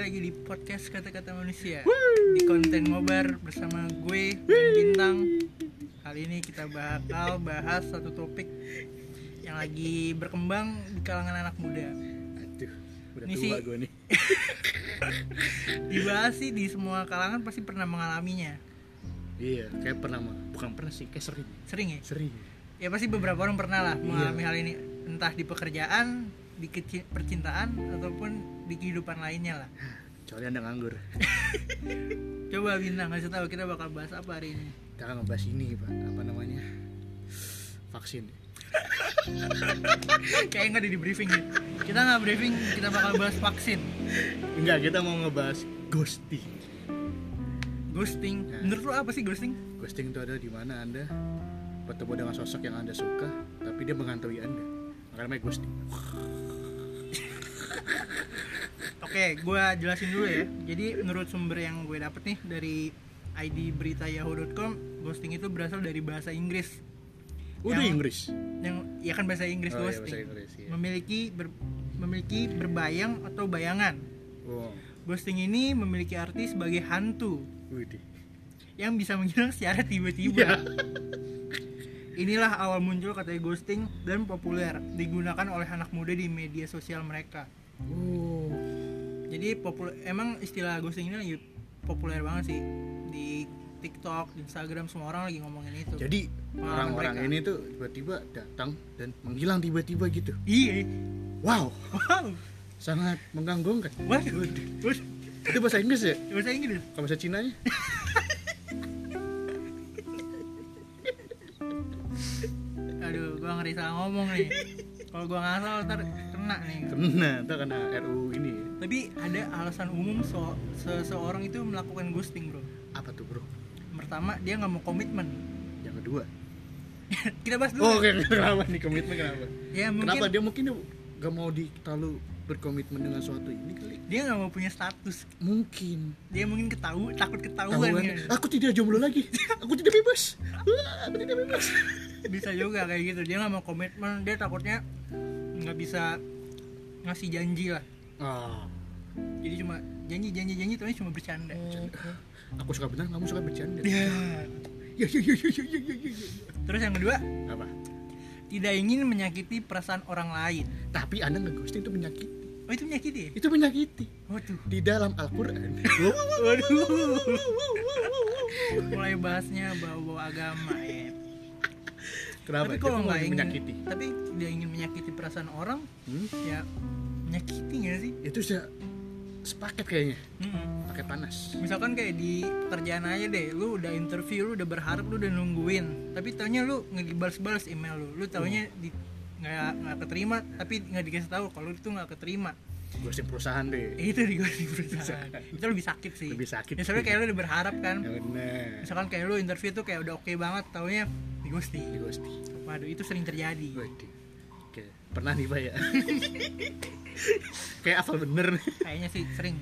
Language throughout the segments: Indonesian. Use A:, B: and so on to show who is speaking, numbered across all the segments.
A: lagi di podcast kata-kata manusia di konten ngobar bersama gue dan bintang. Kali ini kita bakal bahas satu topik yang lagi berkembang di kalangan anak muda.
B: Aduh, udah
A: Ini
B: tua
A: sih-
B: gue nih.
A: Dibahas sih di semua kalangan pasti pernah mengalaminya.
B: Iya, kayak pernah mah. Bukan pernah sih, kayak sering.
A: Sering ya?
B: Sering.
A: Ya pasti beberapa orang pernah lah
B: Iya.
A: mengalami hal ini entah di pekerjaan, di keci- percintaan ataupun di kehidupan lainnya lah.
B: Kecuali anda nganggur.
A: Coba bintang kasih tahu kita bakal bahas apa hari ini.
B: Kita akan ngebahas ini, Pak. Apa namanya? Vaksin.
A: Kayaknya nggak ada di briefing ya. Kita nggak briefing, kita bakal bahas vaksin.
B: Enggak, kita mau ngebahas ghosting.
A: Ghosting.
B: Ya.
A: Menurut lo apa sih ghosting?
B: Ghosting itu ada di mana Anda bertemu dengan sosok yang Anda suka, tapi dia mengantui Anda. Makanya namanya ghosting.
A: Oke, gua jelasin dulu ya. Jadi menurut sumber yang gue dapet nih dari ID berita yahoo.com, ghosting itu berasal dari bahasa Inggris.
B: Udah
A: Yang-
B: Inggris.
A: Yang ya kan bahasa Inggris
B: Oh, iya,
A: ghosting.
B: bahasa Inggris, iya.
A: Memiliki ber- memiliki berbayang atau bayangan.
B: Wow.
A: Ghosting ini memiliki arti sebagai hantu
B: Widih.
A: yang bisa menghilang secara tiba-tiba.
B: Iya.
A: Inilah awal muncul kata ghosting dan populer digunakan oleh anak muda di media sosial mereka.
B: Oh.
A: Jadi populer emang istilah ghosting ini lagi populer banget sih di TikTok, di Instagram semua orang lagi ngomongin itu.
B: Jadi
A: Pengalaman
B: orang-orang
A: mereka.
B: ini tuh tiba-tiba datang dan menghilang tiba-tiba gitu.
A: iya.
B: Wow,
A: Wow.
B: sangat mengganggu kan?
A: Waduh. Waduh.
B: Itu bahasa Inggris ya?
A: Bahasa Inggris.
B: Kalau bahasa Cinanya?
A: Aduh, gua ngeri salah ngomong nih. Kalau gua ngasal ntar kena nih.
B: Kena, itu karena RU ini
A: Tapi ada alasan umum so seseorang itu melakukan ghosting, Bro.
B: Apa tuh bro?
A: Pertama, dia nggak mau komitmen.
B: Yang kedua
A: Kita bahas dulu.
B: Oh oke, kenapa nih komitmen kenapa?
A: Ya mungkin
B: Kenapa dia mungkin gak mau di, terlalu berkomitmen dengan suatu ini kali
A: dia nggak mau punya status.
B: Mungkin
A: Dia mungkin ketahu takut ketahuan.
B: Tahuan,
A: ya.
B: aku tidak jomblo lagi Aku tidak bebas Ah, Aku tidak bebas
A: bisa juga kayak gitu dia nggak mau komitmen dia takutnya nggak bisa ngasih janji lah
B: Ah,
A: jadi cuma janji janji janji tapi cuma bercanda
B: Hmm. Aku suka benar, kamu suka bercanda Ya
A: Ya.
B: ya ya ya ya ya ya ya
A: terus yang kedua
B: Apa?
A: tidak ingin menyakiti perasaan orang lain
B: Tapi anda ngeghosting itu menyakiti
A: oh itu menyakiti ya?
B: Itu menyakiti
A: waduh
B: Di dalam Al-Quran
A: waduh mulai bahasnya bawa bawa agama ya
B: Kenapa? ya?
A: tapi
B: Dia
A: kalau
B: kok
A: nggak ingin
B: menyakiti
A: tapi dia ingin menyakiti perasaan orang
B: Hmm?
A: ya menyakiti nggak sih
B: Itu sudah sepaket kayaknya
A: Mm-mm.
B: pakai panas
A: misalkan kayak di kerjaan aja deh lu udah interview lu udah berharap lu udah nungguin tapi taunya lu ngebales-bales email lu lu taunya
B: Mm.
A: di nggak nggak keterima tapi nggak dikasih tahu kalau itu nggak keterima
B: ghosting perusahaan deh
A: Eh, itu di gua di perusahaan itu lebih sakit sih
B: Lebih sakit
A: ya soalnya
B: sih.
A: kayak lu udah berharap kan
B: ya bener
A: misalkan kayak lu interview tuh kayak udah oke banget taunya di
B: di ghosting
A: gitu." waduh itu sering terjadi
B: waduh oke pernah nih pak ya kayak apa bener nih
A: kayaknya sih sering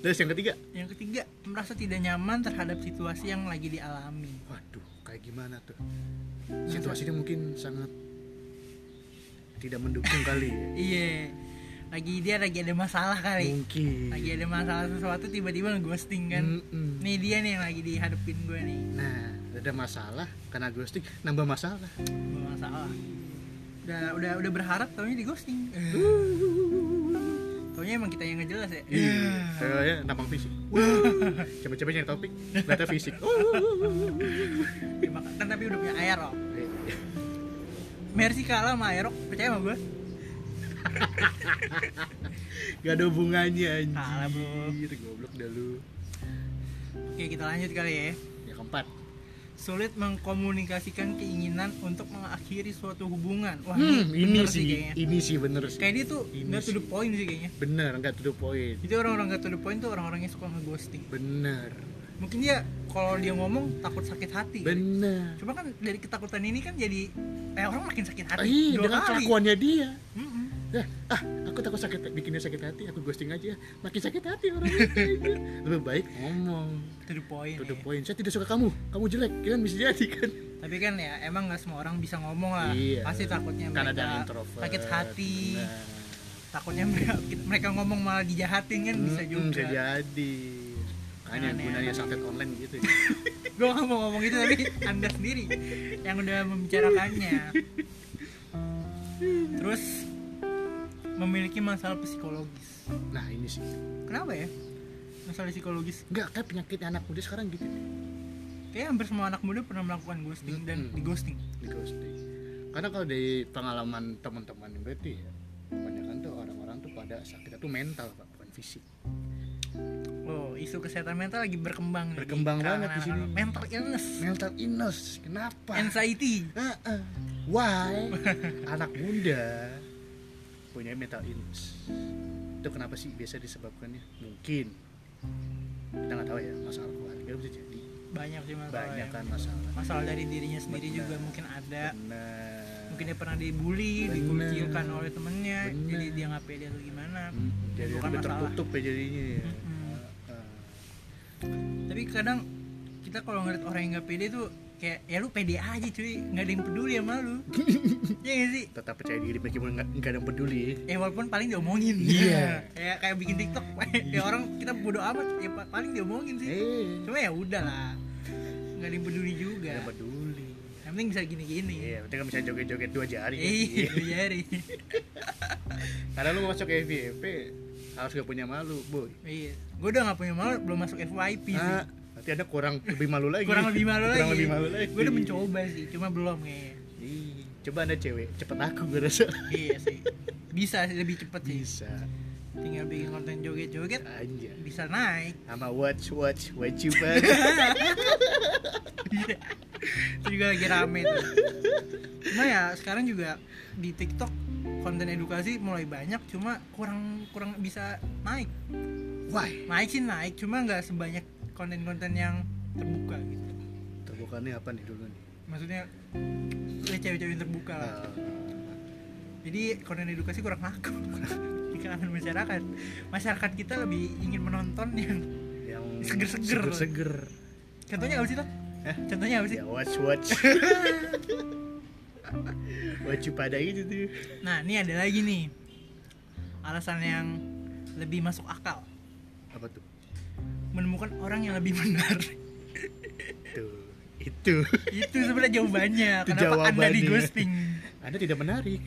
B: terus yang ketiga
A: yang ketiga merasa tidak nyaman terhadap situasi yang lagi dialami
B: waduh kayak gimana tuh situasinya mungkin sangat tidak mendukung kali ya.
A: iya lagi dia lagi ada masalah kali
B: mungkin
A: lagi ada masalah sesuatu tiba-tiba ngeghosting kan
B: Mm-mm.
A: nih dia nih yang lagi dihadepin gue nih
B: nah ada masalah karena ghosting nambah masalah
A: Gua masalah udah udah udah berharap taunya di ghosting Nah. taunya emang kita yang ngejelas ya
B: Iya. Kayaknya nampang fisik coba-coba nyari topik ternyata fisik
A: Ya, maka- kan tapi udah punya aerok Mercy kalah sama aerok percaya sama gue
B: Gak ada hubungannya anjir
A: Salah, bro.
B: Goblok dah lu
A: oke kita lanjut kali ya
B: Yang keempat
A: sulit mengkomunikasikan keinginan untuk mengakhiri suatu hubungan wah
B: Hmm, ini
A: bener
B: sih,
A: kayaknya
B: ini sih bener sih
A: kayak dia tuh
B: Ini
A: nggak to the
B: sih.
A: point sih kayaknya
B: Bener, gak to the point
A: jadi orang-orang nggak to the point tuh orang-orang yang suka ngeghosting
B: Bener
A: mungkin dia kalau dia ngomong takut sakit hati
B: Bener
A: Iya. cuma kan dari ketakutan ini kan jadi eh, orang makin sakit hati dua
B: Ih, Ah, iya, dengan
A: kali.
B: kelakuannya dia
A: Mm-mm.
B: Yah, ah, aku takut sakit bikinnya sakit hati, aku ghosting aja Makin sakit hati orang itu. Lebih baik ngomong
A: to the point,
B: To the
A: ya.
B: point, saya tidak suka kamu, kamu jelek, kan bisa jadi kan
A: tapi kan ya emang nggak semua orang bisa ngomong lah
B: Iya
A: pasti takutnya
B: Karena
A: mereka
B: ada yang introvert
A: sakit hati
B: Bener.
A: takutnya mereka, mereka ngomong malah dijahatin kan bisa
B: Mm-mm,
A: juga
B: Hmm, bisa jadi makanya
A: Aneh.
B: gunanya santet online gitu ya
A: gue gak mau ngomong itu tapi anda sendiri yang udah membicarakannya terus memiliki masalah psikologis
B: nah ini sih
A: kenapa ya masalah psikologis
B: nggak kayak penyakit anak muda sekarang gitu deh
A: kayak hampir semua anak muda pernah melakukan ghosting dan
B: Mm-mm.
A: di ghosting
B: di ghosting karena kalau dari pengalaman teman-teman berarti ya kebanyakan tuh orang-orang tuh pada sakitnya tuh mental pak bukan fisik
A: oh isu kesehatan mental lagi berkembang nih
B: Berkembang
A: di kalangan
B: banget di sini.
A: anak-anak. mental illness
B: mental illness kenapa
A: anxiety
B: Heeh. Why anak muda punya mental illness? Itu kenapa sih biasa disebabkannya? Mungkin kita nggak tahu ya masalah keluarga bisa jadi
A: banyak sih masalah
B: banyak
A: ya.
B: kan masalah.
A: masalah dari dirinya sendiri
B: Benar.
A: juga mungkin ada
B: Benar.
A: mungkin ya. dia pernah dibully
B: Benar.
A: dikucilkan oleh temennya
B: Benar.
A: jadi dia nggak pede atau gimana
B: Hmm, jadi
A: bukan
B: lebih
A: masalah.
B: tertutup ya jadinya. ya. Eh,
A: Mm-mm.
B: Heeh. Hmm.
A: tapi kadang kita kalau ngeliat orang yang nggak pede tuh kayak ya lu pede aja cuy nggak ada yang peduli sama lu Iya gak sih
B: Tetap percaya diri meskipun nggak nggak ada yang peduli.
A: ya walaupun paling diomongin
B: Iya.
A: kayak kayak bikin tiktok ya orang kita bodo amat ya pa- paling diomongin sih
B: Eh,
A: cuma ya udah lah nggak ada yang peduli juga
B: nggak ada yang peduli.
A: yang penting bisa gini-gini
B: Iya, penting kan bisa joget-joget dua jari.
A: iya jari
B: Karena lu masuk FVP harus gak punya malu, boy.
A: iya gue udah nggak punya malu belum masuk FYP sih
B: Ah, berarti ada kurang lebih malu lagi.
A: kurang lebih malu
B: Kurang
A: lagi.
B: lebih malu lagi.
A: Gue udah mencoba sih, cuma belum kayaknya.
B: Ih, Coba anda cewek, cepet aku gue rasa.
A: Iya sih. Bisa sih lebih cepet sih.
B: Bisa.
A: Tinggal bikin konten joget-joget
B: Anjir.
A: bisa naik.
B: Sama watch watch watch you banget.
A: Iya. Itu juga lagi rame tuh. Cuma ya sekarang juga di TikTok konten edukasi mulai banyak cuma kurang kurang bisa naik.
B: Why?
A: Naik sih naik, cuma nggak sebanyak konten-konten yang terbuka gitu.
B: Terbukannya apa nih dulu nih?
A: Maksudnya ya cewek-cewek yang terbuka lah.
B: Ah,
A: jadi konten edukasi kurang laku di kalangan masyarakat masyarakat kita lebih ingin menonton yang
B: yang
A: Seger-seger.
B: Seger.
A: contohnya apa sih lah
B: Hah?
A: contohnya apa sih
B: Ya watch watch. watch you pada itu tuh.
A: nah ini ada lagi nih alasan yang lebih masuk akal
B: Apa tuh?
A: menemukan orang yang lebih benar
B: Tuh. Itu.
A: itu sebenarnya jawabannya
B: Itu
A: kenapa anda di
B: jawabannya.
A: ghosting
B: Anda tidak menarik.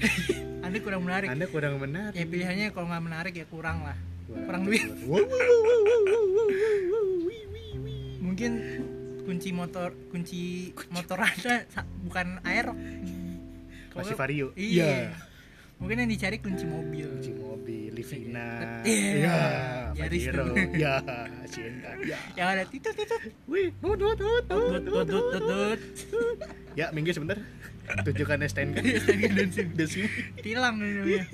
A: anda kurang menarik
B: Anda kurang menarik.
A: ya pilihannya kalau nggak menarik ya kurang lah kurang duit
B: Wow, wow, wow, wow, wow, wow, wow, wow, wow, wow.
A: mungkin kunci motor kunci motor anda sa- bukan air Kalau-
B: Masih vario.
A: Iya. Mungkin yang dicari kunci mobil.
B: Kunci mobil, Livina.
A: Iya.
B: Ya,
A: Yaris
B: Pajero.
A: tuh.
B: Ya, Sienta. Ya.
A: Yang ada titut titut
B: Wih, tut, tut, tut,
A: tut
B: tut,
A: tut tut
B: tut, tut.
A: tut, tut.
B: Ya, minggir sebentar. kan? Tunjukkan STNK.
A: dan sim.
B: Dan sini.
A: Tilang namanya.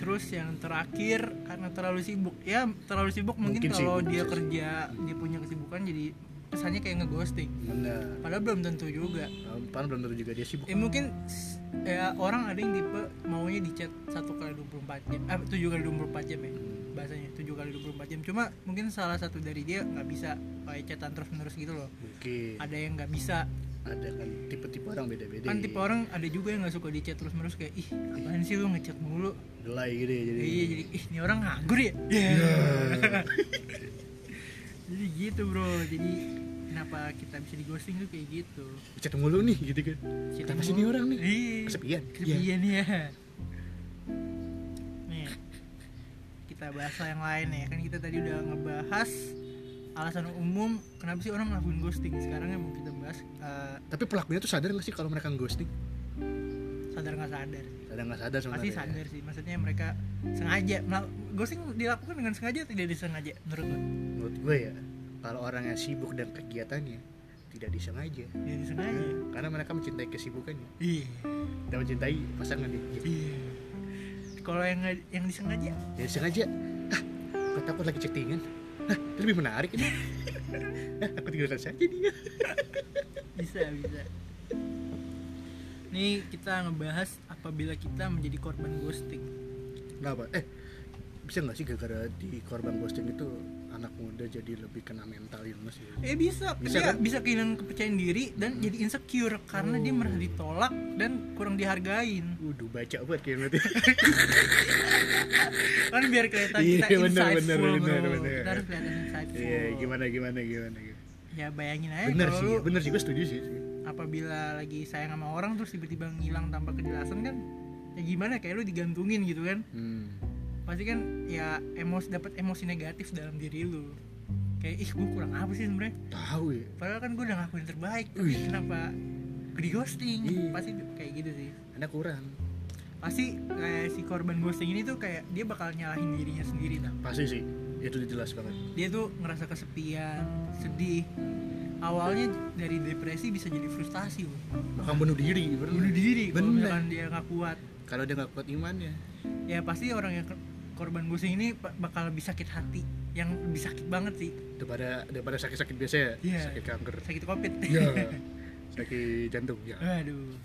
A: Terus yang terakhir karena terlalu sibuk. Ya, terlalu sibuk mungkin,
B: Mungkin
A: kalau
B: sibuk,
A: dia
B: bisa
A: kerja, dia punya kesibukan jadi kesannya kayak ngeghosting.
B: Benar.
A: Padahal belum tentu juga.
B: Pan belum tentu juga dia sibuk.
A: Ya mungkin s- ya orang ada yang tipe maunya di chat 1 kali 24 jam. Eh 7 kali 24 jam ya. bahasanya 7 kali 24 jam cuma mungkin salah satu dari dia nggak bisa pakai chatan terus menerus gitu loh
B: Mungkin
A: ada yang nggak bisa
B: ada kan tipe-tipe orang beda-beda.
A: kan tipe orang ada juga yang nggak suka di chat terus menerus kayak ih apaan sih lu ngechat mulu
B: Delay gitu ya jadi. Iya.
A: iya jadi ih ini orang nganggur ya jadi gitu bro jadi kenapa kita bisa di ghosting tuh kayak gitu
B: Chat mulu nih gitu kan.
A: Chat
B: Kenapa sih
A: mulu.
B: nih orang nih?
A: Iya.
B: Kesepian. Iya.
A: kesepian ya nih kita bahas hal yang lain ya kan kita tadi udah ngebahas alasan umum kenapa sih orang ngelakuin ghosting sekarang yang mau kita bahas eh,
B: Tapi pelakunya tuh sadar gak sih kalau mereka ghosting?
A: sadar nggak sadar ya.
B: Sadar nggak sadar sebenarnya?
A: pasti sadar sih maksudnya mereka sengaja melak- ghosting dilakukan dengan sengaja atau tidak disengaja menurut lo
B: Menurut gue ya, kalau orangnya sibuk dan kegiatannya tidak disengaja,
A: tidak disengaja
B: karena mereka mencintai kesibukannya
A: iya
B: dan mencintai pasangan dia
A: iya kalau yang nggak- yang disengaja
B: ya sengaja ah kau takut lagi chattingan ah itu lebih menarik ini ah, aku tinggalkan saja dia
A: bisa bisa nih kita ngebahas apabila kita menjadi korban ghosting
B: kenapa eh bisa nggak sih gara-gara di korban ghosting itu anak muda jadi lebih kena mental illness gitu?
A: Eh bisa,
B: Bisa
A: dia
B: kan?
A: bisa kehilangan kepercayaan diri dan jadi insecure karena dia
B: Oh.
A: merasa ditolak dan kurang dihargain.
B: Waduh baca banget kayak berarti.
A: Kan biar kelihatan
B: Iya,
A: kita
B: bener,
A: insightful,
B: bener,
A: bro.
B: bener, bener.
A: Kita harus kelihatan insightful.
B: Iya gimana gimana gimana. gimana.
A: Ya bayangin aja
B: Bener
A: kalau
B: sih, ya,
A: lu
B: bener sih gue setuju sih.
A: apabila lagi sayang sama orang terus tiba-tiba ngilang tanpa kejelasan kan ya gimana kayak lu digantungin gitu kan
B: Hmm.
A: pasti kan ya emosi dapat emosi negatif dalam diri lu kayak ih gue kurang apa sih sebenarnya
B: Tahu ya.
A: padahal kan gue udah ngakuin terbaik
B: Wih.
A: kenapa gue di ghosting
B: Iya.
A: pasti kayak gitu sih
B: Anda kurang.
A: pasti kayak si korban ghosting ini tuh kayak dia bakal nyalahin dirinya sendiri tau.
B: Pasti sih. Itu jelas banget.
A: dia tuh ngerasa kesepian sedih awalnya dari depresi bisa jadi frustasi loh
B: Bukan bunuh diri. bener.
A: bunuh diri kalau
B: Bener.
A: misalkan dia nggak kuat
B: Kalau dia nggak kuat imannya.
A: ya pasti orang yang ke- korban ghosting ini pa- bakal lebih sakit hati yang lebih sakit banget sih
B: Daripada daripada sakit-sakit biasa ya.
A: Iya.
B: Sakit kanker.
A: sakit covid
B: Ya. sakit jantung ya.
A: aduh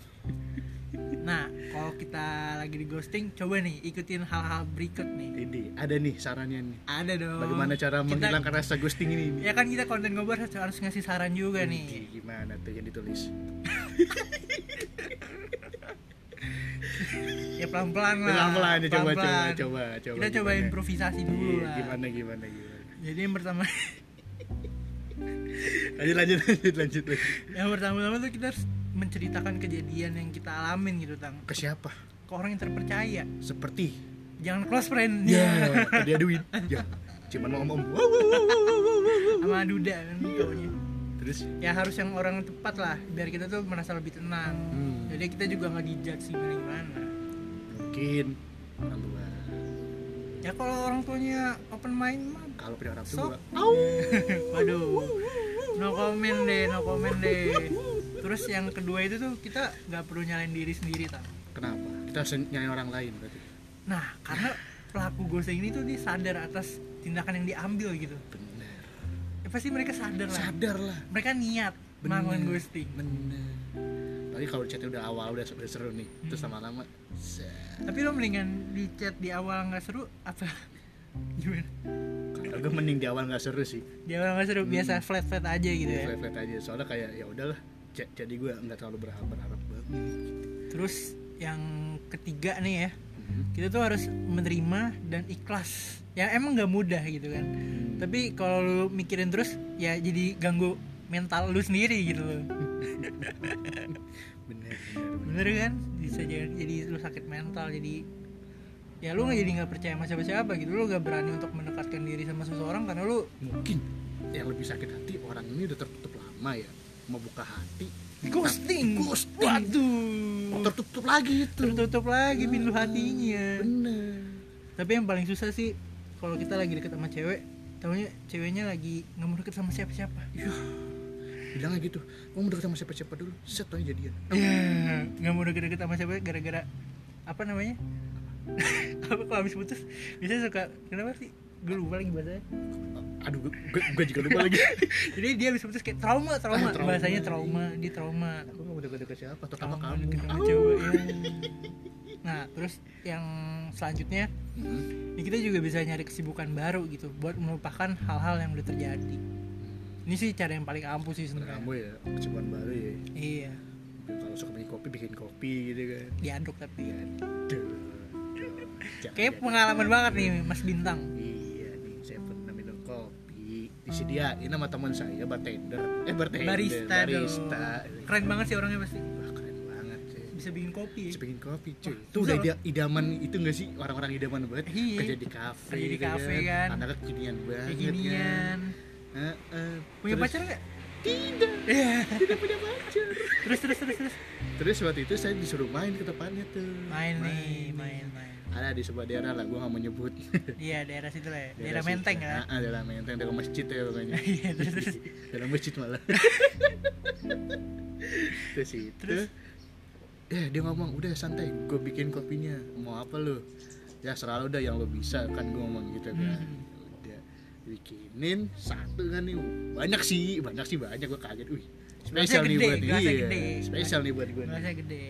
A: nah kalau kita lagi di ghosting coba nih ikutin hal-hal berikut nih
B: Ini ada nih sarannya nih.
A: ada dong
B: Bagaimana cara
A: Oh, Kita-
B: menghilangkan rasa ghosting ini?
A: ya kan kita konten ngobrol harus, harus ngasih saran juga
B: Ini
A: nih
B: Gimana tuh yang ditulis?
A: ya pelan-pelan lah
B: Pelan-pelan ya coba coba
A: pelan-pelan.
B: coba coba.
A: kita coba
B: gimana?
A: improvisasi dulu
B: Iya,
A: lah
B: Gimana gimana gimana.
A: jadi yang pertama
B: Lanjut lanjut lanjut lanjut. lanjut.
A: yang pertama-tama tuh kita harus menceritakan kejadian yang kita alamin gitu tang
B: Ke siapa?
A: ke orang yang terpercaya
B: Seperti
A: jangan close friend
B: ya ke dia duit ya cuman mau ngomong wow, wow, wow, wow, wow, wow.
A: sama duda kan cowoknya.
B: terus
A: ya harus yang orang tepat lah biar kita tuh merasa lebih tenang
B: hmm,
A: jadi kita juga nggak dijudge gimana gimana
B: mungkin orang tua
A: ya kalau orang tuanya open mind mah
B: kalau punya orang
A: Sok.
B: tua au
A: waduh no comment deh no comment deh terus yang kedua itu tuh kita nggak perlu nyalain diri sendiri tau
B: kenapa kita harus nyari orang lain berarti
A: nah karena pelaku ghosting ini tuh dia sadar atas tindakan yang diambil gitu
B: benar
A: ya, pasti mereka sadar lah
B: sadar lah
A: mereka niat
B: Bener.
A: melakukan ghosting
B: benar tapi kalau chatnya udah awal udah, udah seru nih
A: Hmm.
B: terus lama-lama set.
A: tapi lo mendingan di chat di awal nggak seru apa gimana
B: kalau gue mending di awal nggak seru sih
A: di awal nggak seru
B: Hmm.
A: biasa flat flat aja gitu ya
B: flat flat aja soalnya kayak ya udahlah Ja- jadi gue nggak terlalu berharap berharap
A: Hmm.
B: banget
A: terus yang ketiga nih ya
B: Hmm.
A: kita tuh harus menerima dan ikhlas ya emang nggak mudah gitu kan
B: Hmm.
A: tapi kalau lu mikirin terus ya jadi ganggu mental lu sendiri gitu loh
B: benar benar
A: bener kan bisa jadi, jadi lu sakit mental jadi ya lu nggak jadi nggak percaya sama siapa siapa gitu lu nggak berani untuk mendekatkan diri sama seseorang karena lu
B: mungkin yang lebih sakit hati orang ini udah tertutup lama ya mau buka hati
A: di ghosting
B: Ghosting.
A: waduh
B: tertutup lagi itu
A: Hmm. tertutup lagi pintu hatinya
B: bener
A: tapi yang paling susah sih kalau kita lagi deket sama cewek tahunya ceweknya lagi nggak mau deket sama siapa siapa
B: bilangnya gitu kamu udah sama siapa-siapa dulu set aja jadian
A: nggak mau deket deket sama siapa gara-gara apa namanya apa kalau habis putus biasanya suka kenapa sih gue lupa lagi bahasanya
B: aduh gue, gue, gue juga lupa lagi
A: jadi dia habis putus kayak trauma trauma,
B: Ah, trauma.
A: bahasanya trauma dia trauma
B: aku mau deket-deket siapa terutama kamu
A: deket sama cewek ya. nah terus yang selanjutnya
B: Hmm.
A: ini kita juga bisa nyari kesibukan baru gitu buat melupakan hal-hal yang udah terjadi ini sih cara yang paling ampuh sih
B: Bener
A: sebenarnya
B: kamu ya kesibukan baru ya
A: Iya,
B: kalau suka bikin kopi bikin kopi gitu kan
A: diaduk tapi.
B: ya duh, duh. Jangan
A: Kayak
B: jadi-
A: pengalaman banget nih Mas Bintang.
B: iya nih saya pernah minum kopi disediain sama teman saya bartender eh bartender
A: Barista,
B: barista.
A: dong. Keren banget sih orangnya pasti.
B: Wah, keren banget cuy
A: Bisa bikin kopi.
B: Terus
A: ya.
B: bikin kopi cuy
A: Wah,
B: itu udah
A: bisa.
B: ide- idaman itu gak sih orang-orang idaman banget
A: Iya.
B: kerja di kafe
A: Kerja di
B: gitu
A: kafe, kan.
B: anaknya kekinian banget
A: Kekinian.
B: kan Heeh.
A: Punya
B: Terus-
A: pacar nggak?
B: tidak
A: Iya.
B: tidak punya pacar
A: terus terus terus terus.
B: terus waktu itu saya disuruh main ke depannya tuh
A: Main nih, main main.
B: ada di sebuah daerah lah gue gak mau nyebut
A: Iya daerah situ lah. ya. Daerah
B: situ.
A: Menteng kan.
B: Ah, ah, daerah menteng daerah masjid ya pokoknya
A: Iya terus terus.
B: dalam masjid malah terus itu
A: Terus?
B: eh dia ngomong udah santai gue bikin kopinya mau apa lu ya selalu udah yang lo bisa kan gue ngomong gitu kan
A: Hmm.
B: udah bikinin satu kan nih banyak sih banyak sih banyak gue kaget wih
A: Gelasnya
B: spesial nih
A: gede,
B: buat
A: gelasnya gede.
B: spesial nih buat gue nih.
A: Gelasnya gede.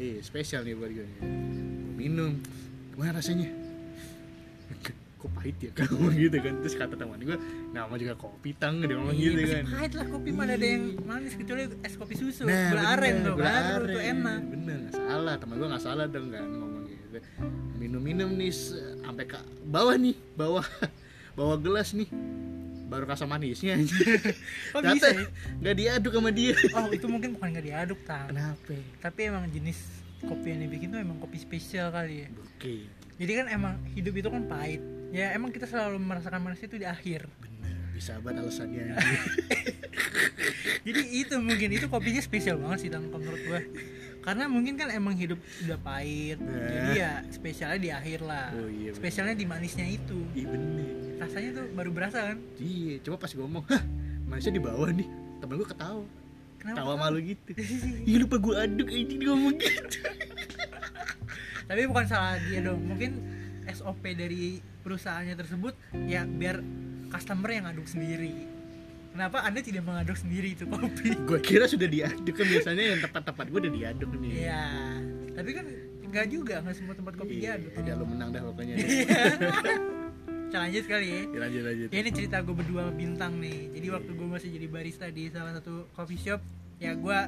B: iya spesial nih buat gue nih. Gua minum gimana rasanya kok pahit ya kamu gitu kan terus kata teman gue nama juga kopi tang dia ngomong
A: Iya,
B: gitu
A: pasti
B: kan Nah,
A: pahit lah kopi mana ada yang manis kecuali es kopi susu gula
B: bener,
A: aren tuh
B: gula
A: baru tuh
B: aren.
A: enak
B: bener nggak salah teman gue nggak salah dong kan ngomong gitu minum-minum nih se- sampai ke bawah nih bawah bawah gelas nih baru rasa manisnya
A: kok bisa
B: Ternyata
A: ya?
B: nggak diaduk sama dia
A: oh itu mungkin bukan nggak diaduk tang
B: kenapa
A: tapi emang jenis kopi yang dibikin tuh emang kopi spesial kali ya
B: oke
A: jadi kan emang hidup itu kan pahit ya emang kita selalu merasakan manis itu di akhir
B: bener bisa banget alasannya
A: jadi itu mungkin itu kopinya spesial banget sih tang kalau menurut gue karena mungkin kan emang hidup udah pahit
B: Nah.
A: jadi ya spesialnya di akhir lah
B: Oh, iya, bener.
A: spesialnya di manisnya itu
B: iya bener
A: rasanya tuh baru berasa kan
B: iya cuma pas gue ngomong hah manisnya di bawah nih temen gue ketawa
A: kenapa
B: tawa malu gitu iya lupa gue aduk ini dia ngomong gitu
A: tapi bukan salah dia dong mungkin SOP dari perusahaannya tersebut ya biar customer yang aduk sendiri kenapa anda tidak mengaduk sendiri itu kopi
B: gue kira sudah diaduk kan biasanya yang tempat-tempat gue udah diaduk nih
A: Iya, tapi kan nggak juga nggak semua tempat kopi
B: Iya,
A: diaduk. Iya.
B: udah lu menang dah pokoknya.
A: Kita lanjut kali ya.
B: Ya, lanjut lanjut.
A: Ya, ini cerita gue berdua sama bintang nih. Jadi waktu gue masih jadi barista di salah satu coffee shop, ya gue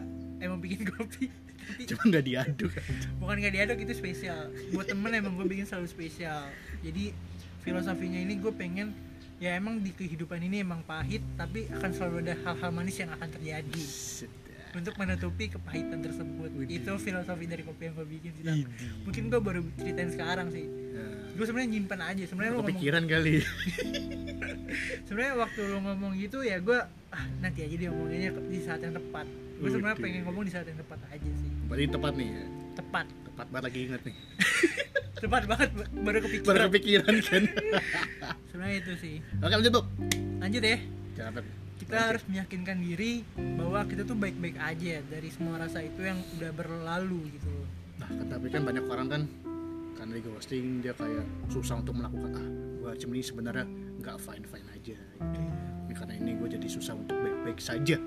A: emang bikin kopi. Tapi
B: Cuma nggak diaduk. aja.
A: bukan nggak diaduk itu spesial. Buat temen emang gue bikin selalu spesial. Jadi filosofinya ini gue pengen ya emang di kehidupan ini emang pahit, tapi akan selalu ada hal-hal manis yang akan terjadi
B: Sedap.
A: untuk menutupi kepahitan tersebut.
B: Widih.
A: Itu filosofi dari kopi yang gue bikin sih. Tam.
B: Idi.
A: mungkin gue baru ceritain sekarang sih
B: Nah,
A: gue sebenarnya nyimpan aja sebenarnya lo ngomong
B: kepikiran kali.
A: sebenarnya waktu lo ngomong gitu ya gue ah, nanti aja dia ngomonginnya di saat yang tepat gue sebenarnya
B: Waduh.
A: pengen ngomong di saat yang tepat aja sih
B: Berarti tepat nih. ya.
A: tepat
B: Tepat banget lagi inget nih.
A: tepat banget ba- baru
B: Baru
A: kepikiran
B: kepikiran kan.
A: sebenarnya itu sih
B: Oke lanjut Bob.
A: lanjut ya
B: Jangan apa.
A: kita harus meyakinkan diri bahwa kita tuh baik-baik aja dari semua rasa itu yang udah berlalu gitu loh.
B: Nah, kan, tapi kan banyak orang kan karena di ghosting dia kayak susah untuk melakukan ah gue cuman ini sebenarnya nggak fine fine aja Tapi karena ini gue jadi susah untuk baik baik saja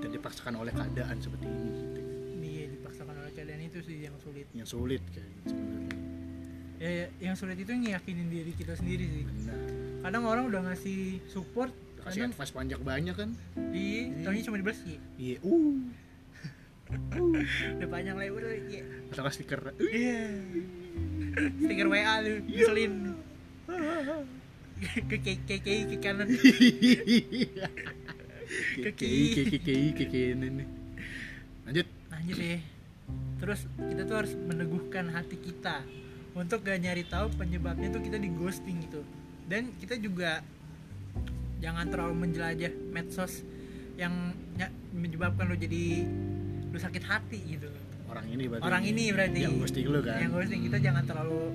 B: dan dipaksakan oleh keadaan seperti ini gitu.
A: Iya dipaksakan oleh keadaan itu sih yang sulit.
B: yang sulit kan sebenarnya
A: Ya, yang sulit itu ngeyakinin diri kita sendiri sih.
B: benar
A: Kadang orang udah ngasih support,
B: kasih
A: kadang
B: advice panjang banyak kan
A: di taunya cuma dibelas "Ye,
B: iya uh
A: udah panjang lebar iya
B: atau nggak stiker
A: stiker WA lu ngeselin ke ke ke ke ke kanan
B: kekei kekei kekei ini lanjut
A: lanjut deh terus kita tuh harus meneguhkan hati kita untuk gak nyari tahu penyebabnya tuh kita di ghosting gitu dan kita juga jangan terlalu menjelajah medsos yang ny- menyebabkan lo jadi lo sakit hati gitu
B: orang ini berarti
A: orang ini berarti
B: yang ghosting lu kan
A: yang ghosting kita jangan terlalu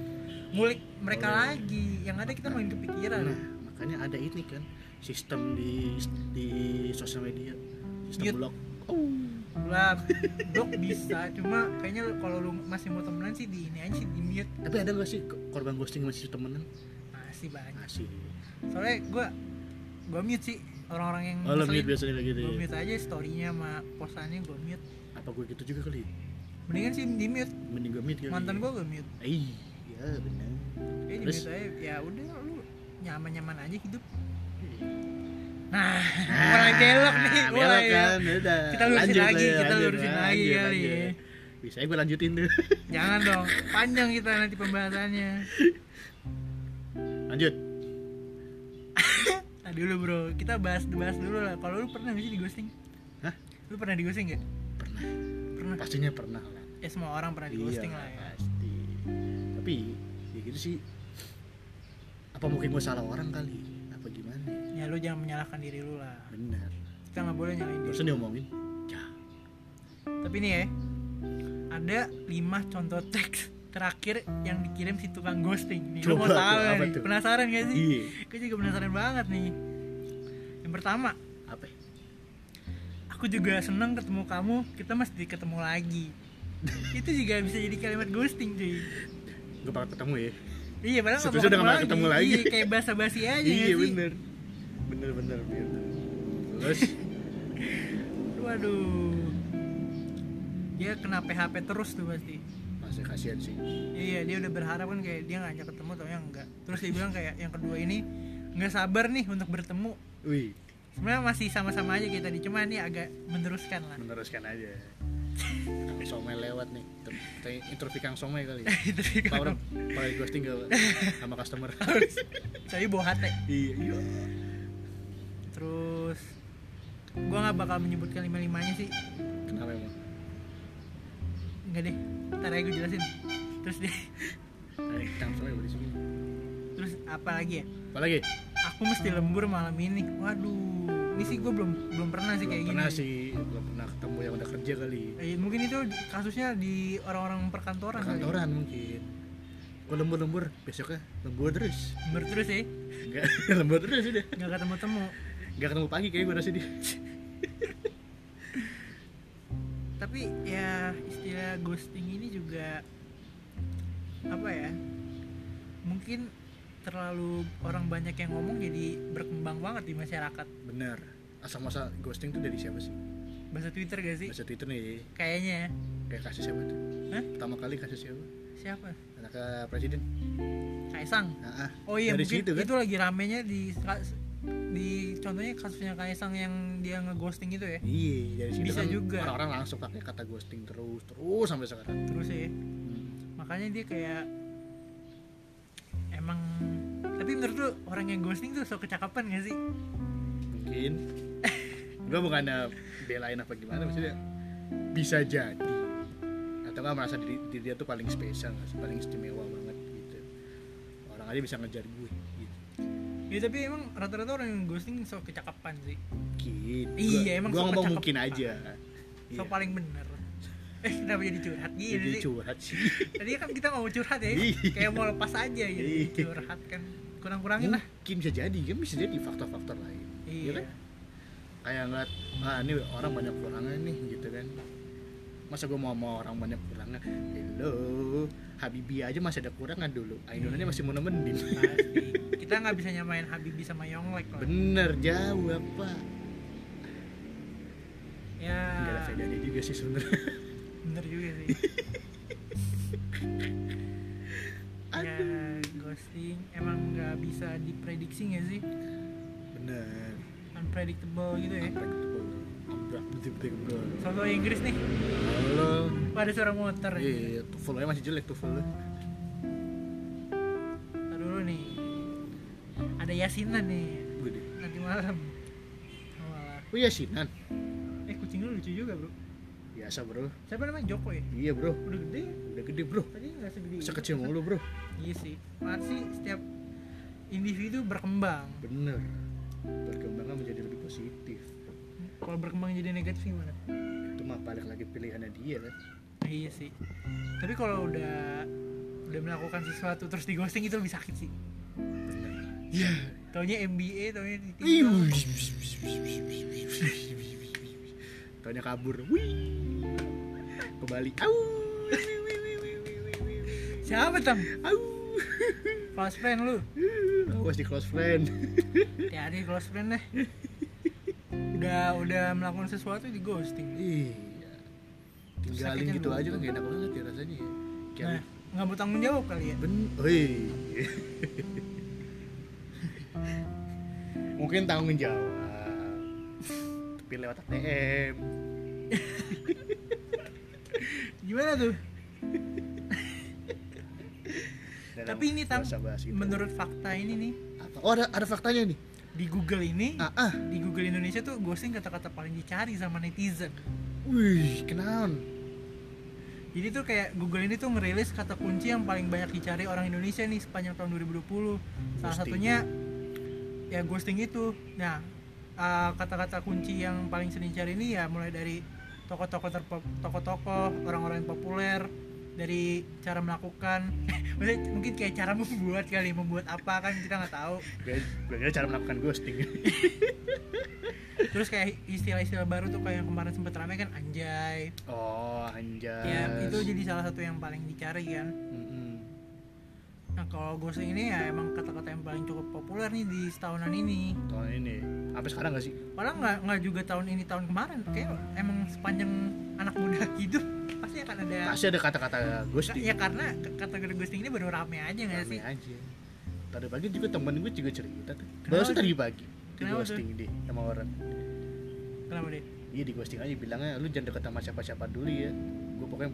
A: mulik mereka
B: Boleh.
A: lagi yang ada kita main kepikiran
B: nah makanya ada ini kan sistem di di sosial media sistem
A: Mute.
B: blok oh
A: lah blok bisa cuma kayaknya lu- kalau lu masih mau temenan sih di ini aja sih di mute
B: tapi ada nggak sih korban ghosting masih temenan
A: masih banyak
B: masih
A: soalnya gua gua mute sih orang-orang yang
B: oh lo
A: ngeselin.
B: mute biasanya kayak gitu
A: gua
B: ya
A: Hmm, mute aja storynya sama postannya gua mute
B: apa gue gitu juga kali
A: mendingan sih di mute
B: mending gue mute kali
A: mantan gua gua mute
B: iya benar
A: ya di
B: iya. Terus?
A: mute aja ya udah lu nyaman-nyaman aja hidup nah mulai belok nih
B: Ah,
A: mulai
B: belok kan, udah.
A: Kita lurusin
B: Lanjut,
A: lagi,
B: lanjut,
A: kita
B: lanjut,
A: lurusin
B: lanjut,
A: lagi kali
B: lanjut.
A: ya.
B: Bisa gue lanjutin tuh.
A: jangan dong panjang kita nanti pembahasannya
B: Lanjut.
A: Nah dulu bro, kita bahas bahas dulu lah. Kalau lu pernah gak sih di ghosting?
B: Hah?
A: Lu pernah di ghosting gak?
B: Pernah.
A: Pernah.
B: Pastinya pernah lah.
A: Ya semua orang pernah di ghosting
B: Iya,
A: lah ya.
B: Pasti. Tapi ya gitu sih. Apa mungkin gue salah orang kali? Apa gimana?
A: Ya lu jangan menyalahkan diri lu lah.
B: Benar.
A: Kita nggak boleh nyalahin diri.
B: Barusan diomongin. Ya.
A: Tapi nih ya, ada 5 contoh teks terakhir yang dikirim si tukang ghosting. Nih, lu mau
B: Coba tuh,
A: tahu
B: apa
A: nih.
B: tuh?
A: Penasaran gak sih?
B: Iya.
A: Gue juga penasaran banget nih. Yang pertama,
B: Apa? ya?
A: aku juga seneng ketemu kamu. Kita mesti ketemu lagi. Itu juga bisa jadi kalimat ghosting cuy.
B: Gue bakal ketemu ya.
A: Iya, padahal nggak
B: Seterusnya udah
A: bakal
B: nggak ketemu lagi.
A: Iya, kayak basa-basi aja nggak
B: iya
A: sih?
B: benar. Bener bener bener. Terus
A: Waduh. Dia kena PHP terus tuh pasti.
B: masih kasihan sih
A: iya dia udah berharap kan kayak dia ngajak ketemu atau yang enggak terus dia bilang kayak yang kedua ini nggak sabar nih untuk bertemu
B: wih
A: sebenarnya masih sama-sama aja kita nih cuma ini agak meneruskan lah
B: meneruskan aja Kang Somai lewat nih Ter- ter- interview Kang Somai kali
A: itu sih
B: Pak
A: kalau
B: orang pakai ghosting gak Pak? sama customer
A: saya bawa hati
B: iya iya
A: terus gua nggak bakal menyebutkan lima limanya sih
B: kenapa emang
A: nggak deh ntar aja gue jelasin terus deh
B: Eh, Kang Somai boleh sini
A: terus apa lagi ya
B: apa lagi
A: aku mesti lembur malam ini waduh ini sih gue belum belum pernah sih
B: belum
A: kayak
B: pernah
A: gini
B: sih belum pernah ketemu yang udah kerja kali
A: Eh, mungkin itu di- kasusnya di orang-orang perkantoran kali. ya.
B: kantoran mungkin gue lembur-lembur besoknya lembur terus
A: lembur terus ya
B: enggak lembur terus udah
A: nggak ketemu temu
B: enggak ketemu pagi kayak gue rasa dia
A: tapi ya istilah ghosting ini juga apa ya mungkin terlalu orang banyak yang ngomong jadi berkembang banget di masyarakat
B: bener asal masa ghosting tuh dari siapa sih
A: bahasa Twitter gak sih
B: masa Twitter nih
A: kayaknya ya
B: kayak kasus siapa tuh
A: Hah?
B: pertama kali kasus siapa
A: siapa
B: anak presiden
A: Kaisang
B: ah ah.
A: Oh iya,
B: dari
A: mungkin
B: situ kan
A: itu lagi ramenya di di contohnya kasusnya Kaisang yang dia ngeghosting itu ya.
B: iya dari situ
A: Bisa
B: kan
A: juga.
B: orang-orang langsung pakai kata ghosting terus terus sampai sekarang
A: Terus ya,
B: Hmm.
A: makanya dia kayak emang tapi menurut lu orang yang ghosting tuh sok kecakapan gak sih?
B: mungkin gue bukan uh, belain apa gimana maksudnya bisa jadi atau nggak merasa diri, diri dia tuh paling spesial nggak sih? paling istimewa banget gitu orang aja bisa ngejar gue gitu
A: Ya tapi emang rata-rata orang yang ghosting sok kecakapan sih.
B: mungkin
A: Iya, emang
B: gue
A: suka
B: ngomong
A: cakep.
B: mungkin aja
A: ah. Sok paling bener. Eh kenapa jadi curhat
B: iya.
A: gini
B: jadi
A: sih?
B: curhat sih
A: Tadi kan kita mau curhat ya,
B: Iya.
A: kayak mau lepas aja gitu.
B: Iya.
A: Curhat kan kurang-kurangin lah.
B: mungkin bisa jadi kan bisa jadi faktor-faktor lain Iya
A: Iya.
B: kan? kayak ngeliat ah ini orang banyak kurangnya nih gitu kan masa gue mau mau orang banyak kurangnya hello Habibi aja masih ada kurangan dulu Ainunannya masih mau nemenin
A: Pasti. Kita nggak bisa nyamain Habibie sama Yonglek lah.
B: bener jawab pak
A: Ya.
B: nggak ada bedanya juga sih sebenernya
A: Bener juga sih. ya, ghosting emang nggak bisa diprediksi nggak sih?
B: bener
A: Unpredictable gitu ya.
B: unpredictable unpredictable
A: Soal Inggris nih,
B: halo
A: kok ada suara motor.
B: iya tuvelnya masih jelek tuvelnya
A: Ntar dulu nih. Ada yasinan nih
B: gue deh
A: nanti malam. Oh, malah.
B: oh iya Sinan
A: Eh kucing lu lucu juga bro.
B: biasa bro
A: Siapa namanya Joko ya?
B: iya bro
A: Udah gede,
B: udah gede bro
A: tadi nggak segede.
B: masa
A: itu.
B: kecil mulu bro
A: Iya sih. Masih setiap individu berkembang.
B: bener berkembangnya menjadi lebih positif
A: Kalau berkembang jadi negatif gimana?
B: itu mah balik lagi pilihannya dia kan
A: Nah, Iya sih. Tapi kalau udah udah melakukan sesuatu terus di ghosting itu lebih sakit sih.
B: Iya.
A: Taunya MBA, taunya ditinggal.
B: Taunya kabur. Wih. Ke Bali. Au.
A: Siapa tam?
B: Au.
A: Close friend lu.
B: Awas di close friend.
A: Ya ada close friend deh. Udah udah melakukan sesuatu di ghosting.
B: Iya. Tinggalin
A: Sakitnya
B: gitu
A: dulu.
B: aja kan gak enak banget ya rasanya ya. Kayak
A: Nah, nggak mau tanggung jawab kali ya.
B: ben, oi. Mungkin tanggung jawab. Tapi lewat ATM.
A: Gimana tuh?
B: Dalam
A: Tapi ini, Tam,
B: bahasa basi itu.
A: Menurut fakta ini nih
B: apa? Oh ada ada faktanya nih.
A: di Google ini
B: Ah ah.
A: di Google Indonesia tuh ghosting kata-kata paling dicari sama netizen.
B: Wih, kenaon.
A: Jadi tuh kayak Google ini tuh ngerilis kata kunci yang paling banyak dicari orang Indonesia nih sepanjang tahun 2020. Salah
B: Ghosting.
A: satunya ya ghosting itu. Nah, eh, kata-kata kunci yang paling sering dicari ini ya mulai dari tokoh-tokoh terpo- tokoh-tokoh, orang-orang yang populer, dari cara melakukan, Maksudnya mungkin kayak cara membuat kali, membuat apa kan kita nggak tahu.
B: gue gue kira cara melakukan ghosting
A: Terus kayak istilah-istilah baru tuh kayak yang kemarin sempet rame kan anjay.
B: oh anjas
A: Ya itu jadi salah satu yang paling dicari kan.
B: Mm-mm.
A: Nah kalau ghosting ini ya emang kata-kata yang paling cukup populer nih di setahunan ini
B: tahun ini sampai sekarang gak sih
A: Padahal nggak nggak juga tahun ini tahun kemarin Kayak emang sepanjang anak muda hidup pasti pasti akan ada
B: pasti ada kata-kata ghosting
A: ya karena k- kategori ghosting ini baru rame aja nggak
B: Rame
A: sih
B: aja tadi pagi juga temen gue juga cerita tuh
A: Kenapa
B: barusan
A: tuh?
B: tadi pagi di
A: Kenapa tuh?
B: ghosting deh sama orang
A: kenapa deh
B: iya di ghosting aja bilangnya lu jangan deket sama siapa-siapa dulu ya gue pokoknya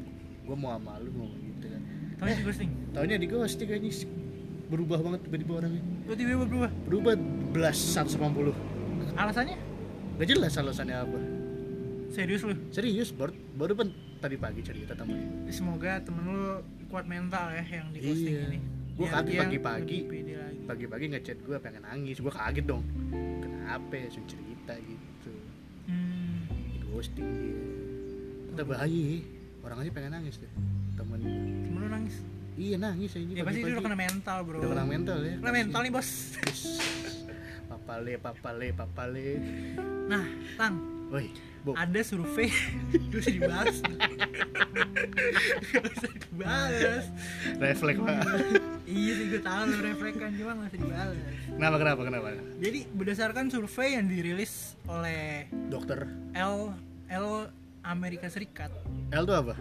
B: gue mau sama lu mau gitu kan
A: tahu sih ghosting
B: taunya di ghosting aja sih. berubah banget tiba-tiba orangnya
A: gue tiba-tiba berubah
B: berubah belas 180
A: alasannya
B: gak jelas alasannya apa
A: serius lu
B: serius baru baru pen, tadi pagi cerita temen
A: semoga temen lu kuat mental ya yang di
B: Iya.
A: ghosting ini
B: Gua
A: Biar
B: kaget
A: dia
B: pagi-pagi.
A: lebih pede lagi.
B: pagi-pagi ngechat gue pengen nangis gue kaget dong kenapa ya Langsung cerita gitu
A: Hmm,
B: Di ghosting dia kita bahaya orang aja pengen nangis deh temen gua.
A: temen lu nangis
B: iya nangis aja
A: ya pasti itu udah kena mental bro
B: udah kena mental ya
A: Kena mental nih bos
B: Yes. papale papale papale
A: nah tang
B: woi Bob
A: ada survei gak usah dibahas gak usah dibahas
B: refleks pak
A: iya sih gue tahu lu reflekan cuma gak usah dibahas
B: kenapa kenapa kenapa
A: jadi berdasarkan survei yang dirilis oleh
B: dokter
A: L L Amerika Serikat
B: L tuh apa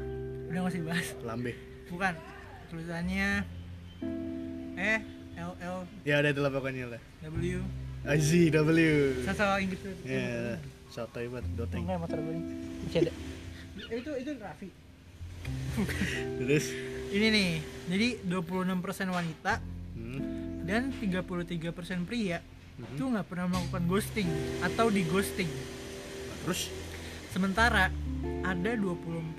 A: udah gak usah dibahas
B: lambe
A: bukan tulisannya eh L L
B: ya ada itu lah pokoknya lah
A: W
B: IZW
A: saya salah Inggris
B: ya sotoy buat doteng
A: Enggak eh, motor gue Cedek Itu itu Raffi
B: terus
A: Ini nih Jadi 26% wanita
B: hmm.
A: Dan 33% pria
B: Mhm.
A: Itu nggak pernah melakukan ghosting Atau di ghosting
B: terus
A: Sementara Ada 24%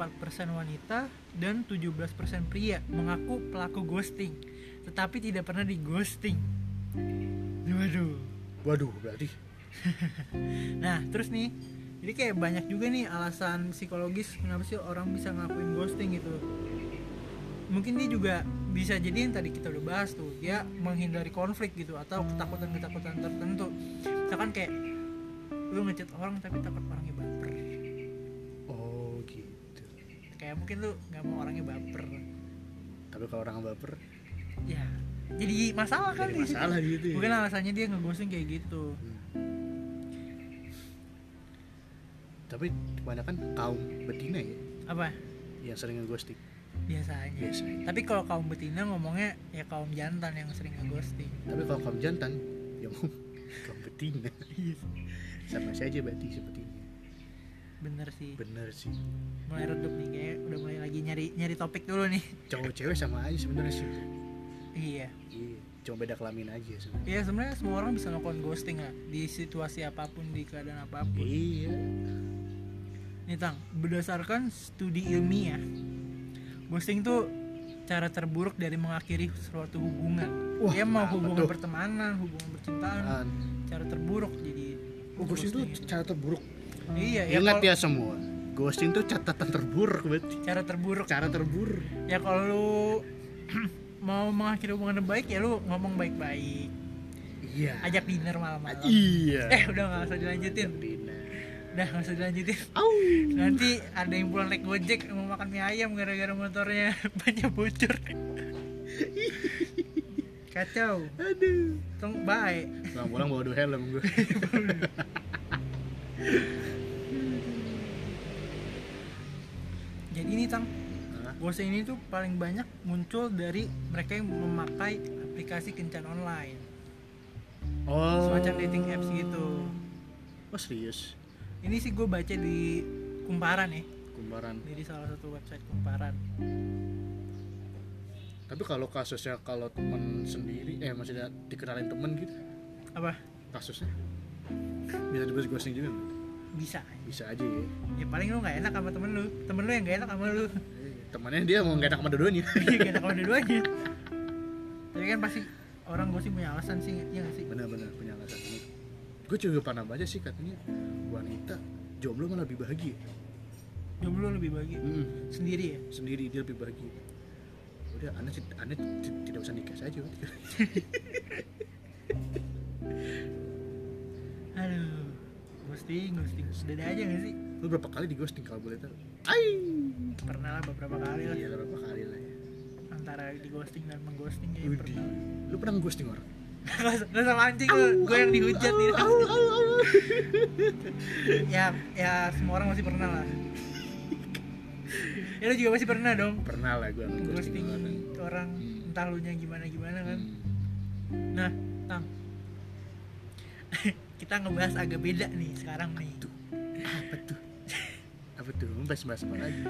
A: wanita Dan 17% pria Mengaku pelaku ghosting Tetapi tidak pernah di ghosting Waduh
B: waduh berarti
A: Nah, terus nih, jadi kayak banyak juga nih alasan psikologis kenapa sih orang bisa ngelakuin ghosting gitu. Mungkin dia juga bisa jadi yang tadi kita udah bahas tuh, dia menghindari konflik gitu atau ketakutan-ketakutan tertentu. Misalkan kayak lu ngechat orang tapi takut orangnya baper.
B: oh gitu
A: Kayak mungkin lu nggak mau orangnya baper.
B: tapi kalau orang baper
A: Ya, jadi masalah kan di
B: jadi
A: situ.
B: masalah gitu ya.
A: Mungkin alasannya dia ngeghosting kayak gitu.
B: Hmm. tapi kebanyakan kaum betina ya
A: Apa?
B: yang sering ngeghosting
A: Biasanya.
B: biasanya
A: Tapi kalau kaum betina ngomongnya ya kaum jantan yang sering ngeghosting.
B: tapi kalau kaum jantan yang kaum betina sama saja berarti sepertinya
A: bener sih
B: bener sih
A: mulai redup nih kayak udah mulai lagi nyari nyari topik dulu nih
B: cowok cewek sama aja sebenarnya sih
A: iya
B: iya cuma beda kelamin aja sebenarnya
A: iya sebenarnya semua orang bisa melakukan ghosting lah di situasi apapun di keadaan apapun
B: iya
A: nih tang berdasarkan studi ilmiah ghosting tuh cara terburuk dari mengakhiri suatu hubungan
B: Wah,
A: ya mau
B: kenapa
A: hubungan
B: tuh?
A: pertemanan hubungan percintaan
B: Apaan?
A: cara terburuk jadi
B: oh, ghosting tuh cara terburuk
A: iya ya,
B: ingat
A: kalau-
B: ya semua ghosting tuh catatan terburuk berarti
A: cara terburuk
B: cara terburuk
A: ya kalau lu mau mengakhiri hubungan yang baik ya lu ngomong baik-baik
B: iya
A: ajak dinner malam-malam
B: iya
A: Eh udah gak usah dilanjutin
B: Betina.
A: Udah gak usah dilanjutin
B: Au.
A: Nanti ada yang pulang naik gojek Mau makan mie ayam gara-gara motornya Banyak bocor Kacau
B: Aduh.
A: Tong bye
B: Pulang-pulang bawa dua helm gue.
A: Jadi ini Tang Ghosting ini tuh paling banyak muncul dari mereka yang memakai aplikasi kencan online
B: Oh.
A: Semacam dating apps gitu
B: Oh serius.
A: Ini sih gue baca di kumparan ya
B: Kumparan.
A: Dari salah satu website kumparan
B: Tapi kalau kasusnya kalau temen sendiri, eh maksudnya dikenalin temen gitu,
A: Apa?
B: kasusnya bisa disebut ghosting juga nggak?
A: Bisa
B: bisa aja ya
A: Ya paling lu gak enak sama temen lu Temen lu yang gak enak sama lu
B: temannya dia mau nggak enak sama dua-duanya
A: Iya gak enak sama dua-duanya Tapi kan pasti orang gue sih punya alasan sih Iya gak sih?
B: benar-benar punya alasan gue juga pernah baca sih katanya wanita jomblo malah lebih bahagia
A: Jomblo lebih bagi
B: Mm,
A: Sendiri ya?
B: sendiri dia lebih bahagia udah anda, sih- anda ti- tidak usah nikah saja Wan.
A: Aduh Ghosting, ghosting Udah aja gak sih?
B: lu berapa kali di ghosting kalau boleh tahu Ay!
A: Pernah lah beberapa kali lah
B: iya berapa kali lah ya
A: Antara di ghosting dan mengghosting kayak Iya,
B: Widih.
A: pernah
B: lu pernah ghosting orang
A: Gak usah- gak usah mancing lu Gue yang dihujat nih
B: Au, au, au, au.
A: Ya, ya semua orang masih pernah lah ya lu juga pasti pernah dong
B: pernah lah gue
A: ghosting orang
B: Hmm.
A: entah lu nya gimana gimana kan nah tang kita ngebahas agak beda nih sekarang nih
B: apa tuh apa tuh lu bahas bahas apa lagi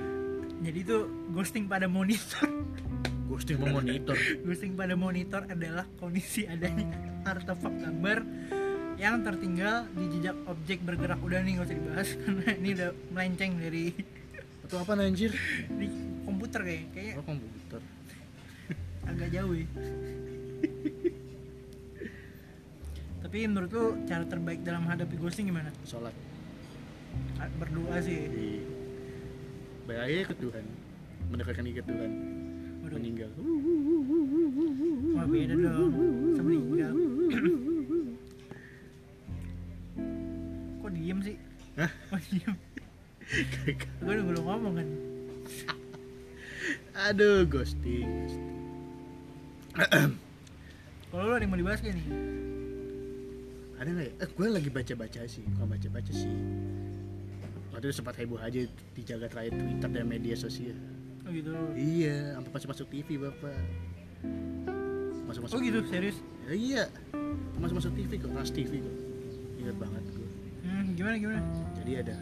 A: jadi tuh ghosting pada monitor
B: ghosting memonitor
A: ghosting pada monitor adalah kondisi adanya artefak gambar yang tertinggal di jejak objek bergerak udah nih gak usah dibahas karena ini udah melenceng dari
B: atau apa anjir
A: di komputer kayak kayaknya
B: oh komputer
A: agak jauh ya tapi menurut lu cara terbaik dalam menghadapi ghosting gimana
B: sholat
A: A- berdoa sih
B: di bahaya ke Tuhan mendekatkan diri ke Tuhan
A: berdoa
B: meninggal Uh.
A: Wah, beda dong sama meninggal kok diem sih
B: Hah?
A: kok diem gue udah belum ngomong kan
B: aduh ghosting ghosting.
A: kalau lu ada yang mau dibahas gak nih
B: ada nggak ya eh, gue lagi baca baca sih bukan baca baca sih waktu itu sempat heboh aja di jagat raya Twitter dan media sosial
A: oh gitu
B: iya sampai masuk masuk TV bapak masuk masuk
A: oh gitu serius
B: Ya, iya masuk masuk TV kok ras TV kok ingat banget gue
A: hmm, gimana gimana
B: jadi ada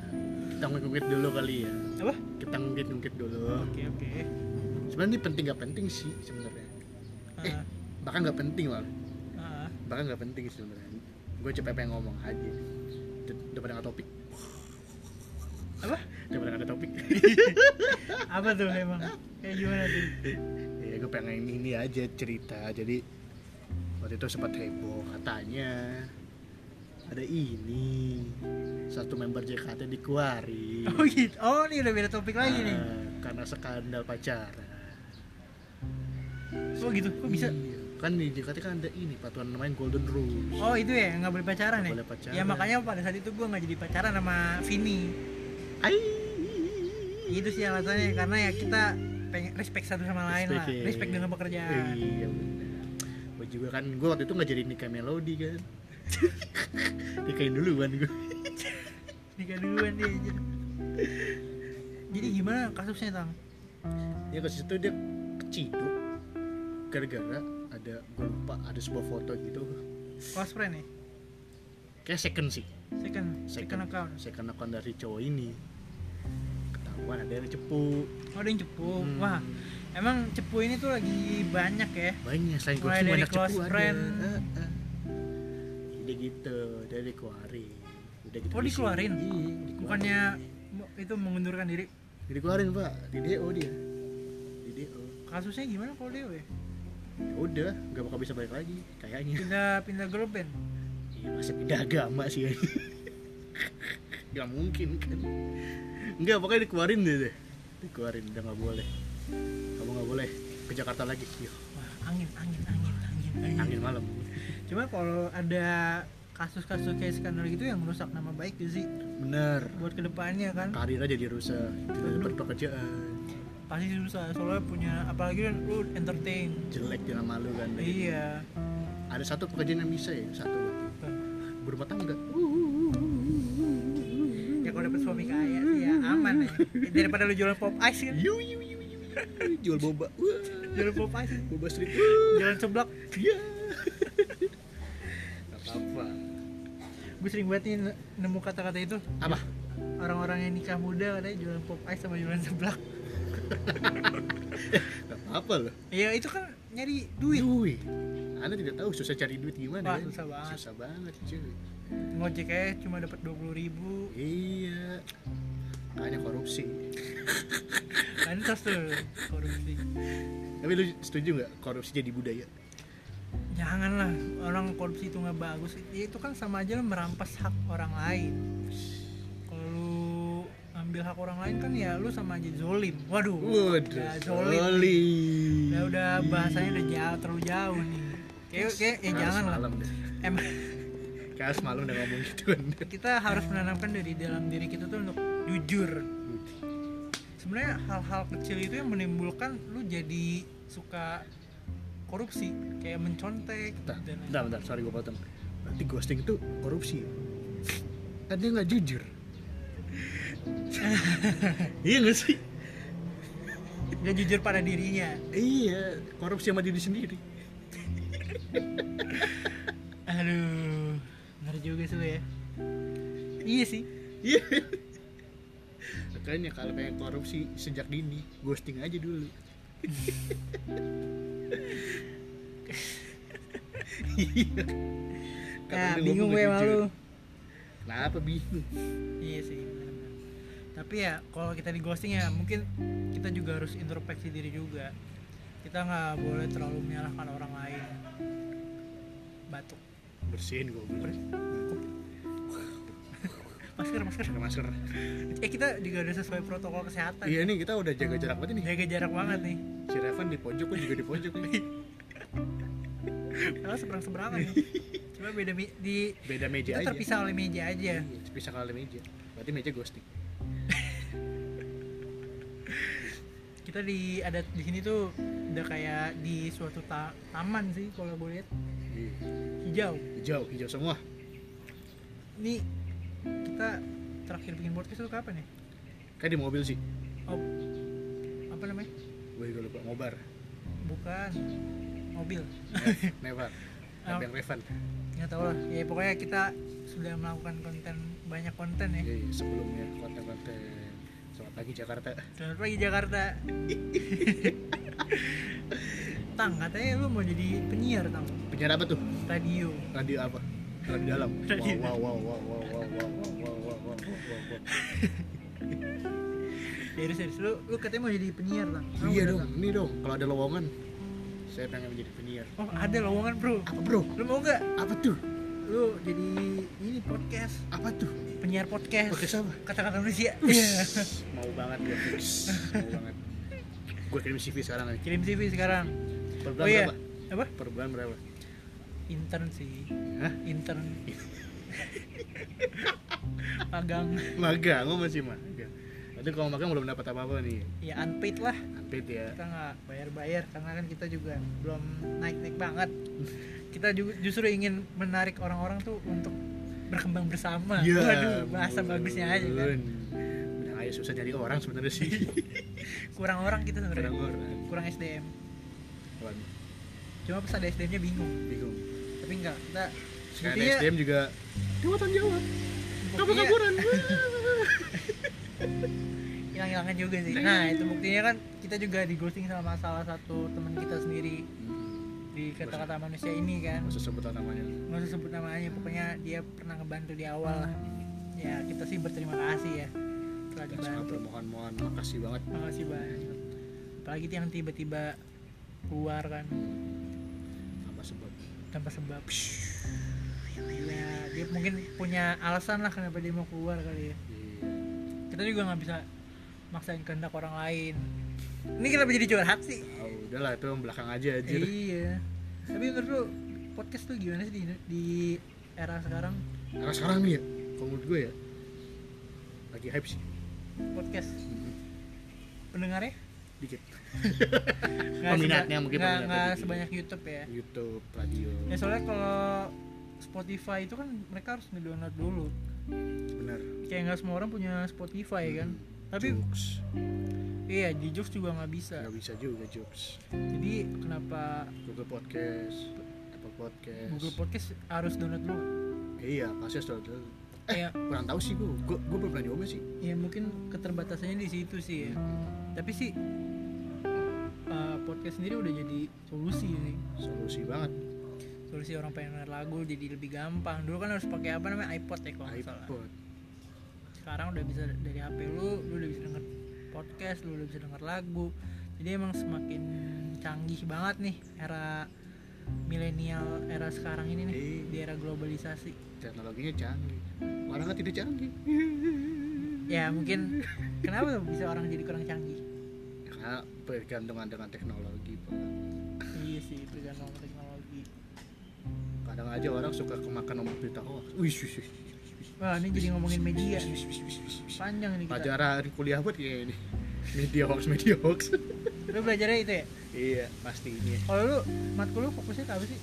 B: kita ngungkit dulu kali ya
A: apa
B: kita ngungkit ngungkit dulu
A: oke oke
B: sebenarnya ini penting gak penting sih sebenarnya Eh.
A: Ah,
B: bahkan nggak penting malah
A: ah.
B: bahkan nggak penting sih sebenarnya gue cepet pengen ngomong aja D- daripada nggak topik
A: Apa?
B: daripada nggak ada topik
A: apa tuh emang kayak gimana tuh
B: ya gue pengen ini aja cerita jadi waktu itu sempat heboh katanya ada ini satu member JKT dikeluarin
A: oh gitu oh ini udah beda topik lagi nih
B: Ah, karena skandal pacaran Ah.
A: oh gitu kok bisa
B: Iya. kan di JKT kan ada ini patuan namanya Golden Rules
A: oh itu ya nggak boleh pacaran ya
B: Nggak boleh pacaran.
A: ya makanya pada saat itu gue nggak jadi pacaran sama Vini
B: Ai.
A: itu Gitu sih alasannya karena ya kita pengen respect satu sama lain lah
B: Respect, ya.
A: respect dengan pekerjaan
B: Iya benar. Gue juga kan, gue waktu itu nggak jadi nikah melodi kan. Nikahin dulu kan gue.
A: nikah duluan dia aja jadi gimana kasusnya tang
B: Ya ke situ dia keciduk. Gara-gara ada gue lupa ada sebuah foto gitu.
A: close friend ya
B: Kayak second sih.
A: second second
B: Second.
A: account
B: Second account dari cowok ini. Ketahuan ada yang cepu.
A: oh ada yang cepu
B: Hmm.
A: wah emang cepu ini tuh lagi banyak ya
B: Banyak selain
A: Mulai
B: ghosting
A: dari
B: banyak
A: close
B: cepu ada.
A: friend.
B: Eh, eh. Jadi gitu, dia dikeluarin. Udah gitu
A: Oh,
B: di sini.
A: dikeluarin?
B: Iya, dikeluarin.
A: bukannya mu- itu mengundurkan diri
B: dikeluarin pak di DO dia di DO
A: kasusnya gimana kalau dia ya?
B: ya udah nggak bakal bisa balik lagi kayaknya
A: pindah pindah grup band
B: ya, masa pindah agama sih nggak mungkin kan nggak pokoknya dikeluarin deh deh dikeluarin udah nggak boleh kamu nggak boleh ke Jakarta lagi Yo,
A: wah angin angin angin angin angin,
B: angin malam
A: cuma kalau ada kasus-kasus kayak skandal gitu yang merusak nama baik gitu sih
B: bener
A: buat kedepannya kan
B: karir aja dirusak tidak dapat pekerjaan
A: pasti susah soalnya punya apalagi kan lu entertain
B: jelek jalan malu kan
A: iya
B: ada satu pekerjaan yang bisa ya satu berumah tangga Uh.
A: ya kalau dapet suami kaya sih ya aman ya daripada lu jualan pop ice kan
B: Yu, yu, yu, yu, yu. jual boba Wah.
A: jualan pop ice
B: Boba Street.
A: jualan seblak
B: Iya. Gak apa-apa.
A: gue sering banget nih ne- nemu kata-kata itu
B: Apa?
A: orang-orang yang nikah muda katanya jualan pop ice sama jualan seblak
B: Gak Eh, apa-apa loh.
A: ya itu kan nyari duit
B: Duit. Anda tidak tahu susah cari duit gimana
A: Wah,
B: kan?
A: susah banget.
B: Susah banget cuy.
A: ngojek aja cuma dapat dua puluh ribu
B: Iya. Makanya korupsi.
A: kan terus tuh korupsi
B: Tapi lu setuju nggak korupsi jadi budaya?
A: janganlah orang korupsi itu nggak bagus Ya, itu kan sama aja lu merampas hak orang lain kalau lu ambil hak orang lain kan ya lu sama aja zolim waduh udah zolim
B: zolim.
A: udah Ya, udah bahasanya udah jauh terlalu jauh nih kayak kayak ya
B: Harus
A: jangan lah
B: malam deh.
A: emang
B: Kayak harus malam udah ngomong gitu kan.
A: kita harus menanamkan dari dalam diri kita tuh untuk jujur sebenarnya hal-hal kecil itu yang menimbulkan lu jadi suka korupsi kayak mencontek
B: Bentar,
A: dan lain-lain.
B: bentar, bentar, sorry gue potong. Berarti ghosting itu korupsi. Kan dia nggak jujur. iya nggak sih?
A: nggak jujur pada dirinya
B: iya korupsi sama diri sendiri
A: aduh bener juga sih lu ya iya sih
B: iya makanya kalau pengen korupsi sejak dini ghosting aja dulu Iya.
A: nah,
B: Karena lu
A: bingung
B: ngomong
A: gue
B: jujur.
A: malu
B: Kenapa bingung?
A: iya sih bener-bener. tapi ya kalau kita di ghosting ya mungkin kita juga harus introspeksi diri juga kita nggak boleh terlalu menyalahkan orang lain batuk
B: Bersihin gue bener.
A: masker masker
B: Pakai masker.
A: eh kita juga udah sesuai protokol kesehatan
B: Iya nih kita udah jaga jarak banget nih.
A: jaga jarak banget nih
B: Si Revan di pojok, gue juga di pojok nih.
A: kalau seberang seberangan cuma beda mi- di
B: Beda meja
A: kita
B: aja.
A: terpisah ya? oleh meja aja
B: Iya, terpisah kalau meja. Berarti meja ghosting.
A: kita di ada di sini tuh udah kayak di suatu ta- taman sih kalau gue lihat
B: Iya.
A: hijau
B: Hijau, hijau semua.
A: ini kita terakhir bikin podcast itu kapan ya
B: Kayak Kan di mobil sih.
A: oh apa namanya
B: Gue juga lupa ngobar.
A: bukan mobil
B: Never.
A: Ah.
B: Tapi yang Revan.
A: nggak tahu lah ya pokoknya kita sudah melakukan konten banyak konten ya
B: Iya, iya, sebelumnya konten-konten. Selamat pagi Jakarta.
A: selamat pagi Jakarta tang katanya lu mau jadi penyiar tang
B: Penyiar apa tuh?
A: radio
B: Radio apa? Radio dalam.
A: Radio
B: Wow, wow, wow, wow, wow, wow, wow, wow, wow, wow, wow, wow, wow.
A: serius serius lu lu katanya mau jadi penyiar tang Lu
B: Iya
A: udah,
B: dong,
A: Tang?
B: ini dong. Kalau ada lowongan, saya pengen menjadi penyiar.
A: oh ada lowongan bro
B: Apa bro?
A: lu mau nggak
B: Apa tuh?
A: lu jadi ini podcast
B: Apa tuh?
A: penyiar podcast
B: Podcast apa?
A: kata-kata manusia
B: Iya. Mau banget gue. Mau banget. Gue kirim CV sekarang nih.
A: kirim CV sekarang
B: Per bulan
A: oh iya
B: berapa?
A: apa
B: Per bulan berapa?
A: intern sih
B: Hah?
A: intern magang
B: Magang, gue masih magang. Berarti kalau magang belum dapat apa-apa nih.
A: ya unpaid lah
B: Unpaid ya.
A: kita nggak bayar-bayar karena kan kita juga belum naik-naik banget kita ju- justru ingin menarik orang-orang tuh untuk berkembang bersama
B: Iya. Ya
A: waduh bahasa bagusnya aja kan
B: bun. Bilang aja susah nyari orang sebenarnya sih.
A: kurang orang kita
B: Kadang
A: sebenarnya
B: orang.
A: kurang SDM
B: Waduh,
A: cuma pas ada SDM-nya bingung
B: Bingung.
A: tapi enggak kita
B: Karena
A: Sepertinya-
B: SDM juga Jawatan jawab. Kamu
A: buktinya
B: kaburan.
A: hilang-hilangan juga sih nah itu buktinya kan kita juga digosting sama salah satu teman kita sendiri di kata-kata manusia ini kan
B: Masa sebut namanya.
A: nggak usah sebut namanya pokoknya dia pernah ngebantu di awal lah ya kita sih berterima kasih ya telah
B: Dan sangat
A: dibantu
B: bermohon-mohon. Makasih banget.
A: makasih banyak apalagi yang tiba-tiba keluar kan
B: Apa sebut?
A: tanpa sebab ya dia mungkin punya alasan lah kenapa dia mau keluar kali ya
B: Iya.
A: kita juga nggak bisa maksain kehendak orang lain ini kenapa jadi curhat sih
B: Ah, udahlah itu yang belakang aja aja.
A: iya tapi menurut lu podcast tuh gimana sih di, di era sekarang
B: Karena sekarang nih ya, kalau menurut gue ya lagi hype sih.
A: podcast pendengarnya
B: Dikit.
A: Nggak
B: Peminatnya,
A: seba-
B: mungkin
A: nggak-
B: peminatnya
A: nggak
B: gitu.
A: sebanyak YouTube ya
B: YouTube, radio.
A: ya soalnya kalau Spotify itu kan mereka harus ngedownload dulu
B: Benar.
A: kayak nggak semua orang punya Spotify
B: Hmm,
A: kan tapi
B: jokes.
A: iya di Joox juga nggak bisa
B: Nggak bisa juga jokes.
A: jadi kenapa
B: Google Podcast, Apple Podcast.
A: Google Podcast harus download dulu
B: Iya, pasti harus download.
A: ya
B: Kurang tahu sih gue. Gue gue belum pernah nyoba sih.
A: ya mungkin keterbatasannya di situ sih ya
B: Hmm.
A: tapi sih eh, podcast sendiri udah jadi solusi sih
B: Solusi banget.
A: solusi orang pengen denger lagu jadi lebih gampang dulu kan harus pakai apa namanya iPod ya kalau nggak salah
B: iPod.
A: sekarang udah bisa dari HP lu lu udah bisa denger podcast lu udah bisa denger lagu jadi emang semakin canggih banget nih era milenial era sekarang ini nih
B: Iya.
A: di era globalisasi
B: Teknologinya canggih. Orangnya tidak canggih.
A: ya mungkin kenapa tuh bisa orang jadi kurang canggih
B: Karena bergantungan dengan teknologi. Pak.
A: iya sih tergantung teknologi
B: Kadang aja orang suka kemakan sama berita hoax. Wih, wih, wih.
A: wah ini jadi ngomongin media
B: Wih, wih, wih, wih, wih.
A: panjang ini kita
B: Pelajaran kuliah buat kayak ini. Media hoax, media hoax.
A: lu belajarnya itu ya
B: iya, pastinya.
A: kalau lu matkul lu fokusnya ke apa sih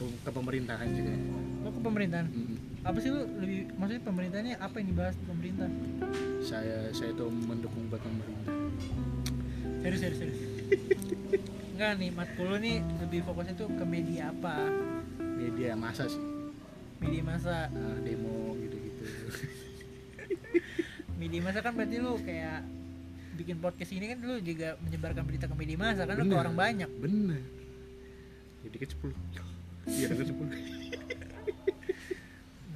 B: Ke, ke pemerintahan juga.
A: lu ke pemerintahan
B: Mm.
A: apa sih lu lebih maksudnya pemerintahnya apa yang dibahas di pemerintah
B: Saya saya itu mendukung buat pemerintah.
A: serius serius serius enggak nih matkul lu nih lebih fokusnya tuh ke media apa
B: media masa sih
A: media masa
B: Ah, demo gitu-gitu
A: media masa kan berarti lu kayak bikin podcast ini kan lu juga menyebarkan berita ke media masa kan lu ke
B: Bener.
A: orang banyak
B: bener jadi kan 10 iya denger 10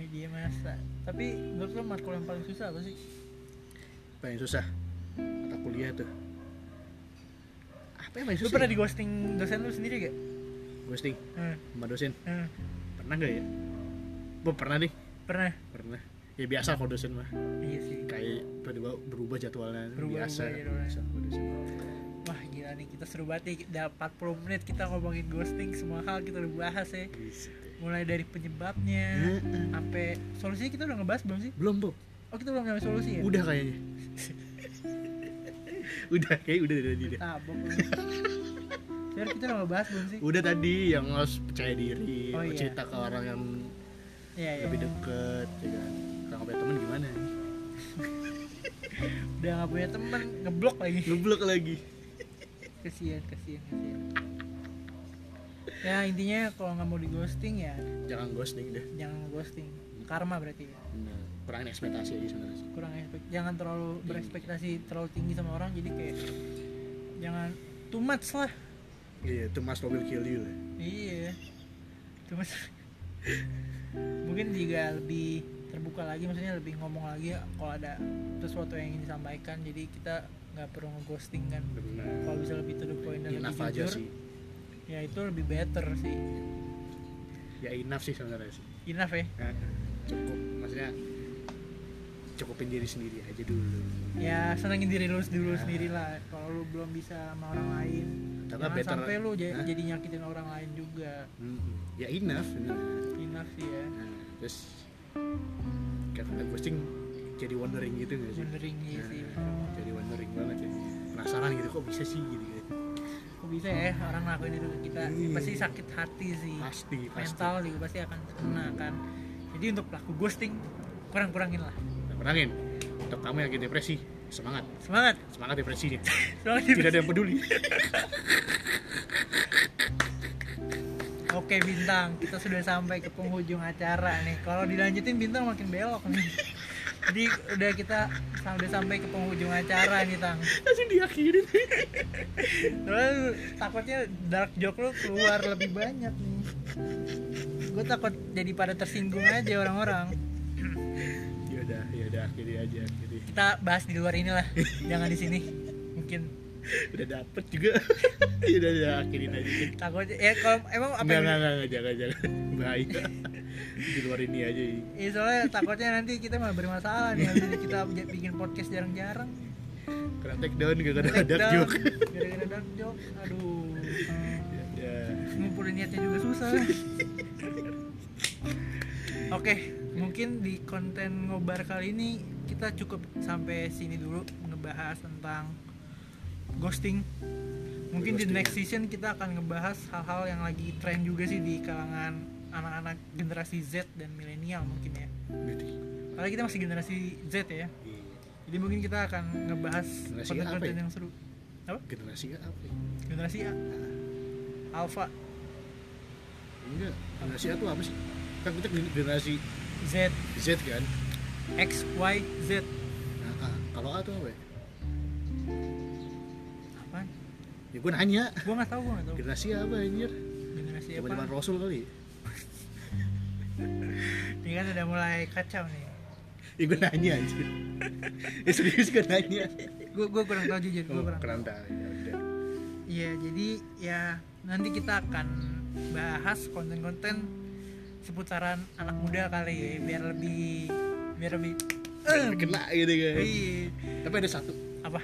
A: media masa tapi menurut lu matkul yang paling susah apa sih
B: paling susah mata kuliah tuh apa yang paling
A: lu
B: susah
A: pernah
B: ya?
A: di ghosting dosen lu sendiri gak?
B: ghosting
A: Hmm,
B: sama dosen
A: hmm,
B: pernah gak ya Bo, pernah nih
A: pernah
B: pernah ya biasa kalau dosen mah
A: iya sih
B: kayak berubah, berubah jadwalnya
A: Berubah-
B: biasa
A: berubah jadwalnya.
B: biasa kalau dosen.
A: wah gila nih kita seru banget nih udah 40 menit kita ngomongin ghosting semua hal kita udah bahas ya
B: Bisa deh.
A: mulai dari penyebabnya
B: Heeh.
A: sampai solusinya kita udah ngebahas belum sih?
B: belum Bob
A: Oh kita belum nyampe solusi ya?
B: udah kayaknya udah kayak udah udah, udah, udah.
A: Tabok. Biar kita udah ngebahas belum sih?
B: udah tadi yang harus percaya diri
A: Oh, iya.
B: cerita ke orang yang
A: Iya iya.
B: lebih deket ya kan kalau nggak punya teman gimana
A: Udah nggak punya teman ngeblok lagi.
B: ngeblok lagi
A: Kesian kesian kesian. Ya intinya kalau nggak mau di ghosting ya
B: jangan ghosting deh
A: jangan ghosting. Karma berarti ya.
B: Bener. kurangin ekspektasi aja sebenarnya sih.
A: kurang ekspek- jangan terlalu
B: Iya.
A: berekspektasi terlalu tinggi sama orang jadi kayak jangan too much lah
B: iya itu mas mobil kill you lah
A: iya too much mungkin juga lebih terbuka lagi maksudnya lebih ngomong lagi ya kalau ada sesuatu yang ingin disampaikan jadi kita nggak perlu ngeghosting kan kalau bisa lebih to the point dan
B: inaf
A: lebih
B: aja
A: Iya, jujur
B: sih
A: ya itu lebih better sih
B: ya inaf sih sebenarnya sih
A: enough ya
B: Nah, cukup maksudnya cukupin diri sendiri aja dulu
A: ya senangin diri lu dulu
B: Ya.
A: sendiri lah kalau lu belum bisa sama orang lain
B: Atau nggak
A: jangan
B: better-
A: sampai lu jadi,
B: Hah?
A: jadi nyakitin orang lain juga
B: Mm-mm. ya enough bener.
A: enough sih ya
B: Nah, terus karena ghosting jadi wondering gitu gak sih?
A: wondering iya
B: Nah,
A: sih
B: jadi wondering banget ya. Penasaran gitu kok bisa sih gitu
A: Iya.
B: kan.
A: kok bisa ya orang ngelakuin itu ke kita Ya,
B: Iya.
A: pasti sakit hati sih
B: Pasti, pasti.
A: mental juga pasti akan kena kan jadi untuk pelaku ghosting kurang-kurangin lah
B: Nah, Menangin. Untuk kamu yang lagi depresi, semangat.
A: semangat
B: Semangat depresinya.
A: semangat
B: Tidak ada yang peduli.
A: Oke Bintang, kita sudah sampai ke penghujung acara nih. Kalau dilanjutin Bintang makin belok nih. Jadi udah kita sudah sampai ke penghujung acara nih Tang.
B: Langsung diakhirin.
A: Terus takutnya dark joke lu keluar lebih banyak nih. Gue takut jadi pada tersinggung aja orang-orang.
B: Ya udah, ya udah akhiri aja. Jadi
A: Kita bahas di luar inilah, jangan di sini. Mungkin
B: udah dapet juga. ya udah, udah akhirin aja.
A: takutnya ya kalau emang apa
B: Enggak,
A: yang-
B: enggak, enggak, enggak, jangan, jangan. Bahaya. Di luar ini aja. ya.
A: Iya soalnya takutnya nanti kita malah bermasalah nih habis ini kita j- bikin podcast jarang-jarang.
B: Kena take down, gak kena
A: Take
B: dark
A: down,
B: joke.
A: Gara-gara dark joke. Aduh.
B: Ya, ya.
A: ngumpulin niatnya juga susah oke mungkin di konten ngobar kali ini kita cukup sampai sini dulu ngebahas tentang ghosting mungkin di
B: Ghosting.
A: next season kita akan ngebahas hal-hal yang lagi tren juga sih di kalangan anak-anak generasi Z dan milenial mungkin ya
B: Berarti.
A: karena kita masih generasi Z ya
B: Iya.
A: jadi mungkin kita akan ngebahas
B: Generasi apa
A: konten-konten
B: ya?
A: yang seru
B: generasi apa ya?
A: generasi A Alpha
B: enggak generasi A itu apa sih kan kita generasi
A: Z
B: Z kan
A: X Y Z
B: nah, A. kalau A itu apa ya?
A: apa
B: ya gue nanya
A: gue nggak tahu gue nggak tahu
B: generasi A apa anjir
A: generasi
B: zaman
A: apa
B: zaman Rasul kali ya?
A: ini kan udah mulai kacau nih
B: ya gue nanya anjir ya serius gue nanya
A: gue gue kurang tahu jujur gue
B: oh,
A: kurang
B: keren dah ya udah
A: iya jadi ya nanti kita akan bahas konten-konten seputaran anak muda kali ya, biar lebih biar lebih
B: Biar kena gitu kan
A: Iya.
B: tapi ada satu
A: apa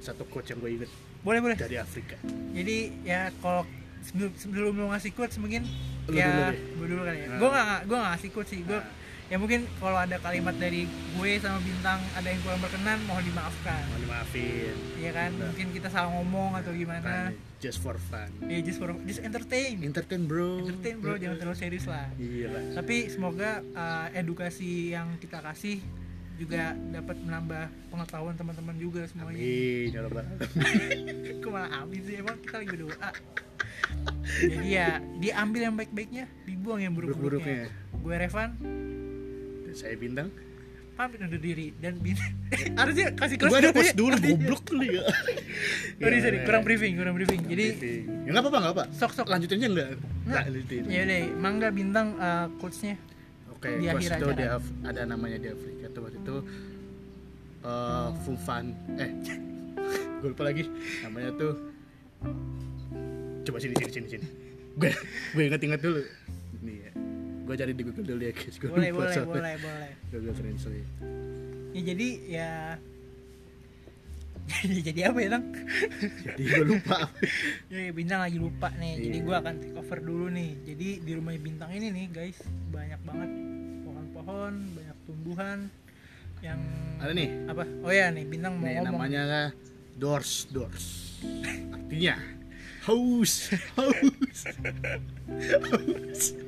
B: satu coach yang gue inget
A: boleh boleh
B: dari Afrika
A: jadi ya kalau sebelum sebelum lu ngasih quotes mungkin
B: Lu
A: ya
B: dulu deh.
A: gue dulu kali ya
B: Nah.
A: gue nggak gue nggak ngasih quotes sih gue
B: Nah.
A: ya mungkin kalau ada kalimat dari gue sama bintang ada yang kurang berkenan mohon dimaafkan
B: mohon maafin
A: Iya kan,
B: Nah.
A: mungkin kita salah ngomong atau gimana.
B: Kan, just for fun
A: Ya just for just entertain. gitu.
B: entertain bro
A: Entertain bro, jangan terlalu serius lah.
B: iya lah
A: Tapi semoga uh, edukasi yang eh, kita kasih juga dapat menambah pengetahuan teman-teman juga semuanya
B: Amin ya Rabbal Alamin.
A: kemana amin sih emang kita lagi berdoa jadi ya diambil yang baik-baiknya dibuang yang buruk-buruknya
B: Buruk-buruknya.
A: gue Revan
B: Dan Saya bintang.
A: pamit undur diri dan bin harusnya kasih close
B: Gua ada
A: dulu
B: pos
A: ya.
B: dulu goblok lu ya.
A: sorry
B: Ya,
A: sorry
B: ya,
A: kurang
B: ya.
A: briefing kurang briefing jadi
B: Briefing. Ya enggak apa-apa, enggak apa.
A: sok-sok
B: Lanjutinnya enggak?
A: Nggak.
B: Enggak lanjutin.
A: ya udah mangga bintang eh, coachnya
B: Oke,
A: Di
B: coach
A: akhir
B: itu
A: acara.
B: di Af- ada namanya di Afrika tuh waktu itu eh Fufan eh gue lupa lagi namanya tuh coba sini sini sini sini gue gue inget inget dulu nih ya gue cari di Google dulu ya guys gue
A: boleh
B: lupa
A: boleh
B: soalnya.
A: boleh boleh
B: Google Translate
A: ya jadi ya jadi jadi apa ya bang
B: jadi gue lupa
A: ya bintang lagi lupa nih
B: Iya.
A: jadi gua akan take over dulu nih jadi di rumah bintang ini nih guys banyak banget pohon-pohon banyak tumbuhan yang
B: ada nih
A: apa oh ya nih bintang mau
B: nih
A: ngomong
B: namanya Doors Doors artinya haus haus haus